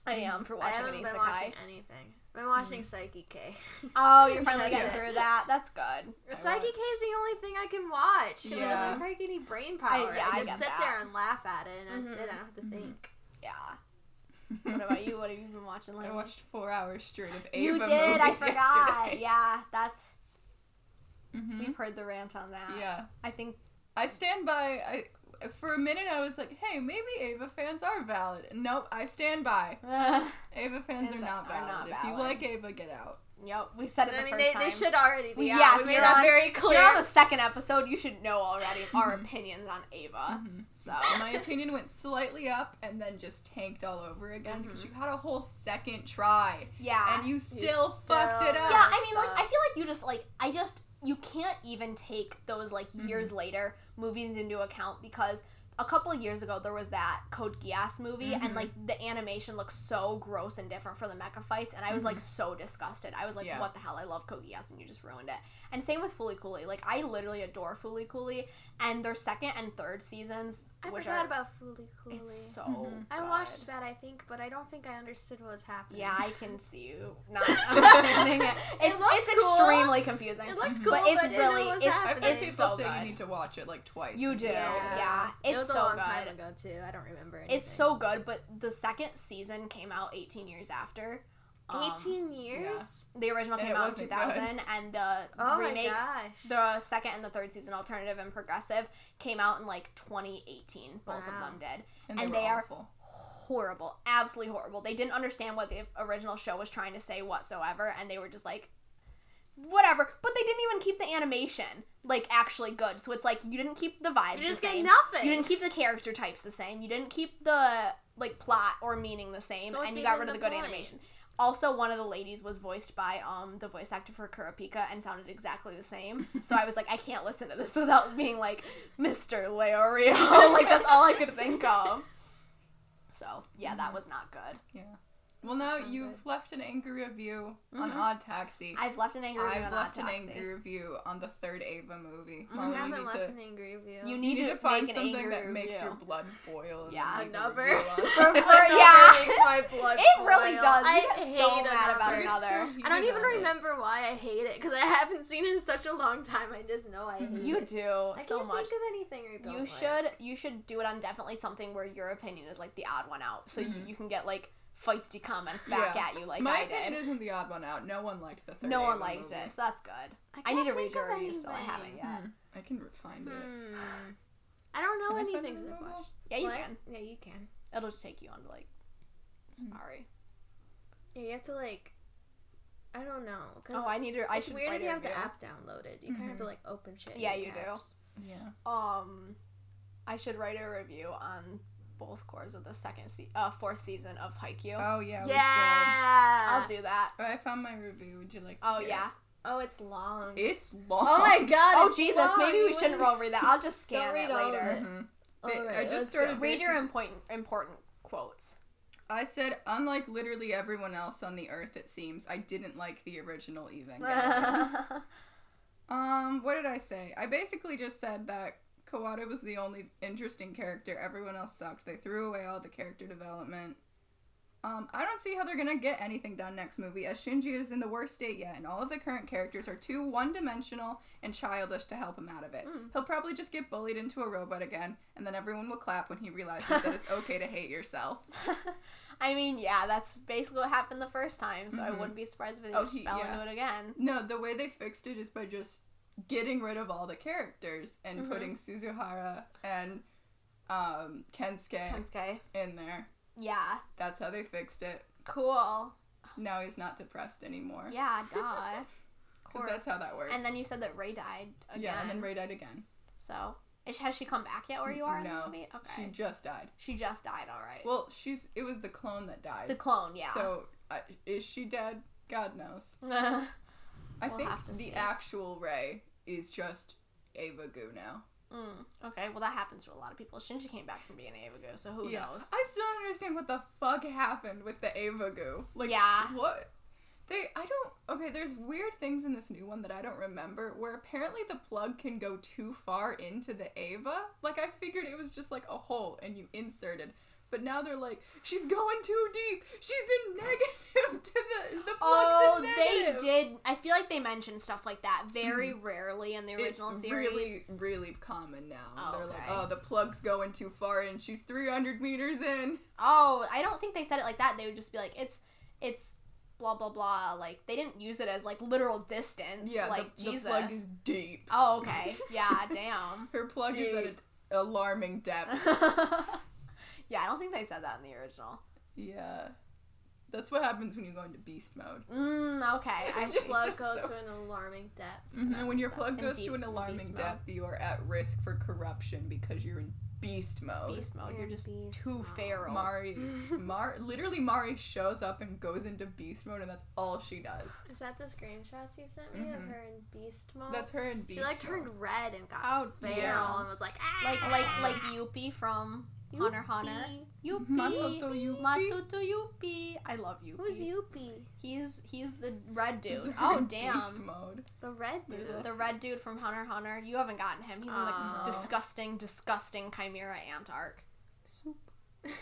[SPEAKER 2] I am for
[SPEAKER 1] I
[SPEAKER 2] watching
[SPEAKER 1] haven't
[SPEAKER 2] an
[SPEAKER 1] been
[SPEAKER 2] isekai. Mm-hmm.
[SPEAKER 1] watching anything. I've been watching Psyche K.
[SPEAKER 2] *laughs* Oh,
[SPEAKER 1] *laughs*
[SPEAKER 2] you're finally
[SPEAKER 1] That's
[SPEAKER 2] getting
[SPEAKER 1] it.
[SPEAKER 2] through that. That's good.
[SPEAKER 1] Psyche K is the only thing I can watch because it
[SPEAKER 3] Yeah.
[SPEAKER 1] doesn't take any brain power. I,
[SPEAKER 2] yeah, I
[SPEAKER 1] just
[SPEAKER 2] get
[SPEAKER 1] sit
[SPEAKER 2] that. Mm-hmm.
[SPEAKER 1] there and laugh at it, and that's it. I don't have to think.
[SPEAKER 2] Yeah.
[SPEAKER 3] *laughs*
[SPEAKER 2] What about you? What have you been watching
[SPEAKER 3] I
[SPEAKER 2] lately?
[SPEAKER 3] watched four hours straight of Ava
[SPEAKER 2] you did.
[SPEAKER 3] movies *laughs*
[SPEAKER 2] I forgot.
[SPEAKER 3] yesterday.
[SPEAKER 2] Yeah, that's
[SPEAKER 3] Mhm.
[SPEAKER 2] we've heard the rant on that.
[SPEAKER 3] Yeah.
[SPEAKER 2] I think
[SPEAKER 1] *laughs*
[SPEAKER 3] I stand by. I for a minute I was like, hey, maybe Ava fans are valid. Nope, I stand by. Ava fans
[SPEAKER 2] Fans
[SPEAKER 3] are not
[SPEAKER 2] are- are not
[SPEAKER 3] valid. If you
[SPEAKER 2] valid.
[SPEAKER 3] like Ava, get out.
[SPEAKER 2] Yep, we said it the
[SPEAKER 1] I mean,
[SPEAKER 2] first
[SPEAKER 1] they,
[SPEAKER 2] time.
[SPEAKER 1] they should already be.
[SPEAKER 2] Yeah,
[SPEAKER 1] out.
[SPEAKER 2] if
[SPEAKER 1] we made
[SPEAKER 2] you're
[SPEAKER 1] that
[SPEAKER 2] on-
[SPEAKER 1] very
[SPEAKER 2] *laughs* If
[SPEAKER 1] clear.
[SPEAKER 2] You're on the second episode. You should know already
[SPEAKER 3] *laughs*
[SPEAKER 2] our opinions on Ava.
[SPEAKER 3] Mm-hmm.
[SPEAKER 2] So *laughs*
[SPEAKER 3] My opinion went slightly up and then just tanked all over again because
[SPEAKER 2] Mm-hmm.
[SPEAKER 3] you had a whole second try
[SPEAKER 2] yeah,
[SPEAKER 3] and you still fucked
[SPEAKER 1] still-
[SPEAKER 3] it up.
[SPEAKER 2] Ah, yeah. I mean, like,
[SPEAKER 1] Stop.
[SPEAKER 2] I feel like you just like I
[SPEAKER 3] Mm-hmm.
[SPEAKER 2] just you can't even take those like years later movies into account because a couple of years ago there was that Code Geass movie
[SPEAKER 3] Mm-hmm.
[SPEAKER 2] and like the animation looks so gross and different for the mecha fights and I was like so disgusted. I was like
[SPEAKER 3] Mm-hmm. Yeah.
[SPEAKER 2] what the hell I love Code Geass and you just ruined it. And same with Fooly Cooly. Like I literally adore Fooly Cooly and their second and third seasons
[SPEAKER 1] I
[SPEAKER 2] which
[SPEAKER 1] forgot
[SPEAKER 2] are
[SPEAKER 1] about Fooly Cooly.
[SPEAKER 2] it's so
[SPEAKER 3] Mhm.
[SPEAKER 1] I
[SPEAKER 2] good.
[SPEAKER 1] watched that, I think, but I don't think I understood what was happening.
[SPEAKER 2] Yeah, I
[SPEAKER 1] *laughs*
[SPEAKER 2] can see you not understanding it. It's
[SPEAKER 1] looked
[SPEAKER 2] it's
[SPEAKER 1] cool.
[SPEAKER 2] extremely confusing.
[SPEAKER 1] it looked
[SPEAKER 3] Mhm.
[SPEAKER 1] cool,
[SPEAKER 2] but
[SPEAKER 1] but
[SPEAKER 2] it's
[SPEAKER 1] I didn't know
[SPEAKER 2] really-
[SPEAKER 1] what was
[SPEAKER 2] it's-
[SPEAKER 3] I've
[SPEAKER 1] happening.
[SPEAKER 3] had
[SPEAKER 2] It's
[SPEAKER 3] people
[SPEAKER 2] so
[SPEAKER 3] say
[SPEAKER 2] good.
[SPEAKER 3] you need to watch it like twice.
[SPEAKER 2] You do, *laughs* yeah.
[SPEAKER 1] Yeah.
[SPEAKER 2] It's
[SPEAKER 4] it was
[SPEAKER 2] so
[SPEAKER 4] a long
[SPEAKER 2] good.
[SPEAKER 4] time ago too. I don't remember. Anything.
[SPEAKER 2] It's so good, but the second season came out 18 years after. Um,
[SPEAKER 1] 18 years?
[SPEAKER 2] The original
[SPEAKER 3] And
[SPEAKER 2] came
[SPEAKER 3] it
[SPEAKER 2] out in
[SPEAKER 3] wasn't
[SPEAKER 2] 2000, and the
[SPEAKER 1] Oh
[SPEAKER 2] remakes,
[SPEAKER 1] my gosh.
[SPEAKER 2] the second and the third season, alternative and progressive, came out in like 2018. Both of
[SPEAKER 1] Wow.
[SPEAKER 2] them did. and
[SPEAKER 3] and, they, were
[SPEAKER 2] they are-
[SPEAKER 3] awful.
[SPEAKER 2] Horrible, absolutely horrible. They didn't understand what the original show was trying to say whatsoever, and they were just like, whatever. But they didn't even keep the animation like actually good. So it's like you didn't keep the vibes.
[SPEAKER 1] You just
[SPEAKER 2] the
[SPEAKER 1] get
[SPEAKER 2] same.
[SPEAKER 1] nothing.
[SPEAKER 2] You didn't keep the character types the same. You didn't keep the like plot or meaning the same,
[SPEAKER 1] So what's
[SPEAKER 2] and you got
[SPEAKER 1] even
[SPEAKER 2] rid of the
[SPEAKER 1] the
[SPEAKER 2] good
[SPEAKER 1] point?
[SPEAKER 2] animation. Also, one of the ladies was voiced by um the voice actor for Kurapika and sounded exactly the same. so I was like, I can't listen to this *laughs* without being like Mr. Leorio. *laughs* like that's all I could think of. So yeah, that was not good.
[SPEAKER 3] Yeah. Well, now
[SPEAKER 1] sound
[SPEAKER 3] you've left an angry review on
[SPEAKER 2] Mhm.
[SPEAKER 3] Odd Taxi.
[SPEAKER 2] I've left an angry
[SPEAKER 3] I've
[SPEAKER 2] review on
[SPEAKER 3] left an
[SPEAKER 2] Autopsy.
[SPEAKER 3] angry review on the third Ava movie.
[SPEAKER 1] I
[SPEAKER 2] Mhm.
[SPEAKER 3] Molly, Uh-huh. you
[SPEAKER 1] haven't
[SPEAKER 3] need
[SPEAKER 1] left
[SPEAKER 3] to-
[SPEAKER 1] an angry review.
[SPEAKER 2] You
[SPEAKER 3] You
[SPEAKER 2] need,
[SPEAKER 3] need to find something
[SPEAKER 2] angry
[SPEAKER 3] that makes
[SPEAKER 2] review.
[SPEAKER 3] your blood boil. and
[SPEAKER 2] Yeah.
[SPEAKER 3] leave a
[SPEAKER 1] Another. *laughs*
[SPEAKER 3] review *laughs* on it.
[SPEAKER 2] For- for- yeah.
[SPEAKER 4] yeah. makes my blood.
[SPEAKER 2] It really
[SPEAKER 4] boil.
[SPEAKER 2] does. You
[SPEAKER 1] I
[SPEAKER 2] get
[SPEAKER 1] hate
[SPEAKER 2] so mad
[SPEAKER 1] another.
[SPEAKER 2] about
[SPEAKER 1] It's
[SPEAKER 2] another.
[SPEAKER 3] *laughs* so
[SPEAKER 1] I don't
[SPEAKER 3] heated
[SPEAKER 1] even
[SPEAKER 3] on it.
[SPEAKER 1] remember why I hate it because I haven't seen it in such a long time. I just know I hate
[SPEAKER 3] Mhm.
[SPEAKER 1] it.
[SPEAKER 2] You do
[SPEAKER 1] I
[SPEAKER 2] so
[SPEAKER 1] can't
[SPEAKER 2] much.
[SPEAKER 1] think of anything I don't
[SPEAKER 2] You
[SPEAKER 1] like.
[SPEAKER 2] should you should do it on definitely something where your opinion is like the odd one out, so
[SPEAKER 3] Mhm.
[SPEAKER 2] you, you can get like feisty comments back
[SPEAKER 3] Yeah.
[SPEAKER 2] at you like
[SPEAKER 3] My
[SPEAKER 2] I did.
[SPEAKER 3] opinion isn't the odd one out. No one liked the third.
[SPEAKER 2] no one
[SPEAKER 3] Ava
[SPEAKER 2] liked
[SPEAKER 3] movie.
[SPEAKER 2] it, so that's good. I,
[SPEAKER 1] can't
[SPEAKER 2] need to
[SPEAKER 1] think
[SPEAKER 2] read your
[SPEAKER 1] of
[SPEAKER 2] reviews though. I
[SPEAKER 1] anything.
[SPEAKER 2] haven't yet.
[SPEAKER 3] Hmm. I can re- find it.
[SPEAKER 1] Hmm. I don't know
[SPEAKER 3] Can I find
[SPEAKER 1] anything
[SPEAKER 3] it
[SPEAKER 1] so
[SPEAKER 3] in my
[SPEAKER 1] much.
[SPEAKER 3] book?
[SPEAKER 2] Yeah, you
[SPEAKER 1] What?
[SPEAKER 2] can.
[SPEAKER 1] Yeah, you can.
[SPEAKER 2] It'll just take you on to like. Sorry.
[SPEAKER 1] Yeah, you have to like. I don't know. 'cause
[SPEAKER 2] Oh, I need to. I
[SPEAKER 1] it's
[SPEAKER 2] should
[SPEAKER 1] weird if
[SPEAKER 2] write
[SPEAKER 1] you
[SPEAKER 2] a
[SPEAKER 1] have the
[SPEAKER 2] review.
[SPEAKER 1] app downloaded. You kind of have to like open shit.
[SPEAKER 2] Mm-hmm. Yeah,
[SPEAKER 1] in
[SPEAKER 2] you do.
[SPEAKER 1] tabs.
[SPEAKER 3] Yeah.
[SPEAKER 2] Um, I should write a review on both cores of the second se- uh fourth season of Haikyuu.
[SPEAKER 3] Oh yeah. we should.
[SPEAKER 1] Yeah.
[SPEAKER 2] I'll do that.
[SPEAKER 3] Oh, I found my review. Would you like? To
[SPEAKER 2] Oh
[SPEAKER 3] hear
[SPEAKER 2] yeah.
[SPEAKER 1] Oh, it's long.
[SPEAKER 3] It? It's long.
[SPEAKER 4] Oh my god.
[SPEAKER 2] Oh
[SPEAKER 4] it's
[SPEAKER 2] Jesus,
[SPEAKER 4] long.
[SPEAKER 2] maybe we
[SPEAKER 4] You
[SPEAKER 2] shouldn't
[SPEAKER 4] wouldn't-
[SPEAKER 2] roll read that. I'll *laughs* just scan
[SPEAKER 4] read
[SPEAKER 2] it
[SPEAKER 4] all of
[SPEAKER 2] later.
[SPEAKER 4] it.
[SPEAKER 3] Mhm.
[SPEAKER 1] All
[SPEAKER 3] Ba- I
[SPEAKER 1] right,
[SPEAKER 3] just
[SPEAKER 1] let's
[SPEAKER 3] started.
[SPEAKER 1] go.
[SPEAKER 2] Read *laughs* your
[SPEAKER 3] basic-
[SPEAKER 2] important important
[SPEAKER 3] *laughs*
[SPEAKER 2] quotes.
[SPEAKER 3] I said, unlike literally everyone else on the earth, it seems I didn't like the original *laughs* Evangelion.
[SPEAKER 2] yeah, *laughs*
[SPEAKER 3] um, what did I say? I basically just said that Kawada was the only interesting character. Everyone else sucked. They threw away all the character development. Um, I don't see how they're gonna get anything done next movie, as Shinji is in the worst state yet, and all of the current characters are too one-dimensional and childish to help him out of it.
[SPEAKER 2] Mm.
[SPEAKER 3] He'll probably just get bullied into a robot again, and then everyone will clap when he realizes that it's okay to hate yourself.
[SPEAKER 2] I mean, yeah, that's basically what happened the first time, so I
[SPEAKER 3] Mhm.
[SPEAKER 2] wouldn't be surprised if they
[SPEAKER 3] Oh,
[SPEAKER 2] just
[SPEAKER 3] he-
[SPEAKER 2] fell
[SPEAKER 3] yeah.
[SPEAKER 2] into it again.
[SPEAKER 3] No, the way they fixed it is by just getting rid of all the characters and
[SPEAKER 2] Mhm.
[SPEAKER 3] putting Suzuhara and um, Kensuke
[SPEAKER 2] Kensuke.
[SPEAKER 3] in there.
[SPEAKER 2] Yeah,
[SPEAKER 3] That's how they fixed it.
[SPEAKER 2] cool.
[SPEAKER 3] Now he's not depressed anymore.
[SPEAKER 2] Oh. Yeah,
[SPEAKER 3] *laughs*
[SPEAKER 2] duh. Of
[SPEAKER 3] 'Cause
[SPEAKER 2] course.
[SPEAKER 3] that's how that works.
[SPEAKER 2] And then you said that Ray died again.
[SPEAKER 3] Yeah, and then Ray died again.
[SPEAKER 2] So, is, has she come back yet where you are in
[SPEAKER 3] No,
[SPEAKER 2] the movie? Okay.
[SPEAKER 3] She just died.
[SPEAKER 2] She, just died, alright.
[SPEAKER 3] Well, she's it was the clone that died.
[SPEAKER 2] the clone, yeah. *laughs*
[SPEAKER 3] So uh, is she dead? God knows.
[SPEAKER 2] mm.
[SPEAKER 3] I
[SPEAKER 2] We'll
[SPEAKER 3] think
[SPEAKER 2] have to
[SPEAKER 3] the
[SPEAKER 2] see.
[SPEAKER 3] actual Ray is just Ava Goo now.
[SPEAKER 2] Mm, Okay, well, that happens to a lot of people. Shinji came back from being Ava Go, so who
[SPEAKER 3] yeah.
[SPEAKER 2] knows?
[SPEAKER 3] I still don't understand what the fuck happened with the Ava goo. Like,
[SPEAKER 2] Yeah.
[SPEAKER 3] what? They, I don't. Okay, there's weird things in this new one that I don't remember. Where apparently the plug can go too far into the Ava. Like I figured it was just like a hole and you inserted, but now they're like, she's going too deep. She's in *laughs* negative to the the plug's
[SPEAKER 2] Oh,
[SPEAKER 3] in
[SPEAKER 2] they
[SPEAKER 3] negative.
[SPEAKER 2] did. I feel like they mentioned stuff like that very rarely in the
[SPEAKER 3] Mm-hmm. It's
[SPEAKER 2] original series.
[SPEAKER 3] really, really common now.
[SPEAKER 2] Oh,
[SPEAKER 3] They're like,
[SPEAKER 2] okay.
[SPEAKER 3] oh, the plug's going too far in. She's 300 meters in.
[SPEAKER 2] Oh, I don't think they said it like that. They would just be like, it's, it's, blah blah blah. Like they didn't use it as like literal distance.
[SPEAKER 3] Yeah,
[SPEAKER 2] like
[SPEAKER 3] the,
[SPEAKER 2] Jesus. Uh,
[SPEAKER 3] the plug is deep.
[SPEAKER 2] oh, okay. Yeah.
[SPEAKER 3] *laughs*
[SPEAKER 2] damn. *laughs*
[SPEAKER 3] Her plug is at an
[SPEAKER 4] Dude.
[SPEAKER 3] alarming depth.
[SPEAKER 2] yeah, I don't think they said that in the original.
[SPEAKER 3] yeah. That's what happens when you go into beast mode.
[SPEAKER 2] Mm,
[SPEAKER 3] *laughs*
[SPEAKER 2] okay. I
[SPEAKER 3] Just-
[SPEAKER 2] love.
[SPEAKER 1] Blood goes
[SPEAKER 3] so-
[SPEAKER 1] to an alarming depth.
[SPEAKER 3] And when your plug
[SPEAKER 2] And
[SPEAKER 3] goes
[SPEAKER 2] Mm-hmm. deep
[SPEAKER 3] to an
[SPEAKER 2] beast
[SPEAKER 3] alarming
[SPEAKER 2] mode.
[SPEAKER 3] depth, you are at risk for corruption because you're in beast mode.
[SPEAKER 2] beast mode.
[SPEAKER 1] You're
[SPEAKER 2] You're just
[SPEAKER 1] beast
[SPEAKER 2] too
[SPEAKER 1] mode.
[SPEAKER 2] feral. *laughs*
[SPEAKER 3] Mari, Mar, literally Mari shows up and goes into beast mode, and that's all she does.
[SPEAKER 1] Is that the screenshots you sent me of
[SPEAKER 2] Mm-hmm.
[SPEAKER 3] Mhm.
[SPEAKER 1] her in beast
[SPEAKER 2] Oh,
[SPEAKER 1] mode?
[SPEAKER 3] That's her in beast
[SPEAKER 1] she like
[SPEAKER 3] mode.
[SPEAKER 1] turned red and got
[SPEAKER 3] Oh
[SPEAKER 1] feral
[SPEAKER 3] dear.
[SPEAKER 1] and was like, ah!
[SPEAKER 2] like like like Yuppie from Hunter x Hunter. Yuppie.
[SPEAKER 3] Matsuto Yuppie.
[SPEAKER 2] Matuto Yuppie. I love Yuppie.
[SPEAKER 1] Who's Yuppie?
[SPEAKER 2] He's he's the red dude.
[SPEAKER 3] They're
[SPEAKER 2] Oh
[SPEAKER 3] in Beast
[SPEAKER 2] damn.
[SPEAKER 3] mode.
[SPEAKER 1] The red dude.
[SPEAKER 3] There's a-
[SPEAKER 2] The red dude from Hunter x Hunter. You haven't gotten him. He's in the
[SPEAKER 1] Oh.
[SPEAKER 2] disgusting, disgusting Chimera ant arc.
[SPEAKER 1] yeah,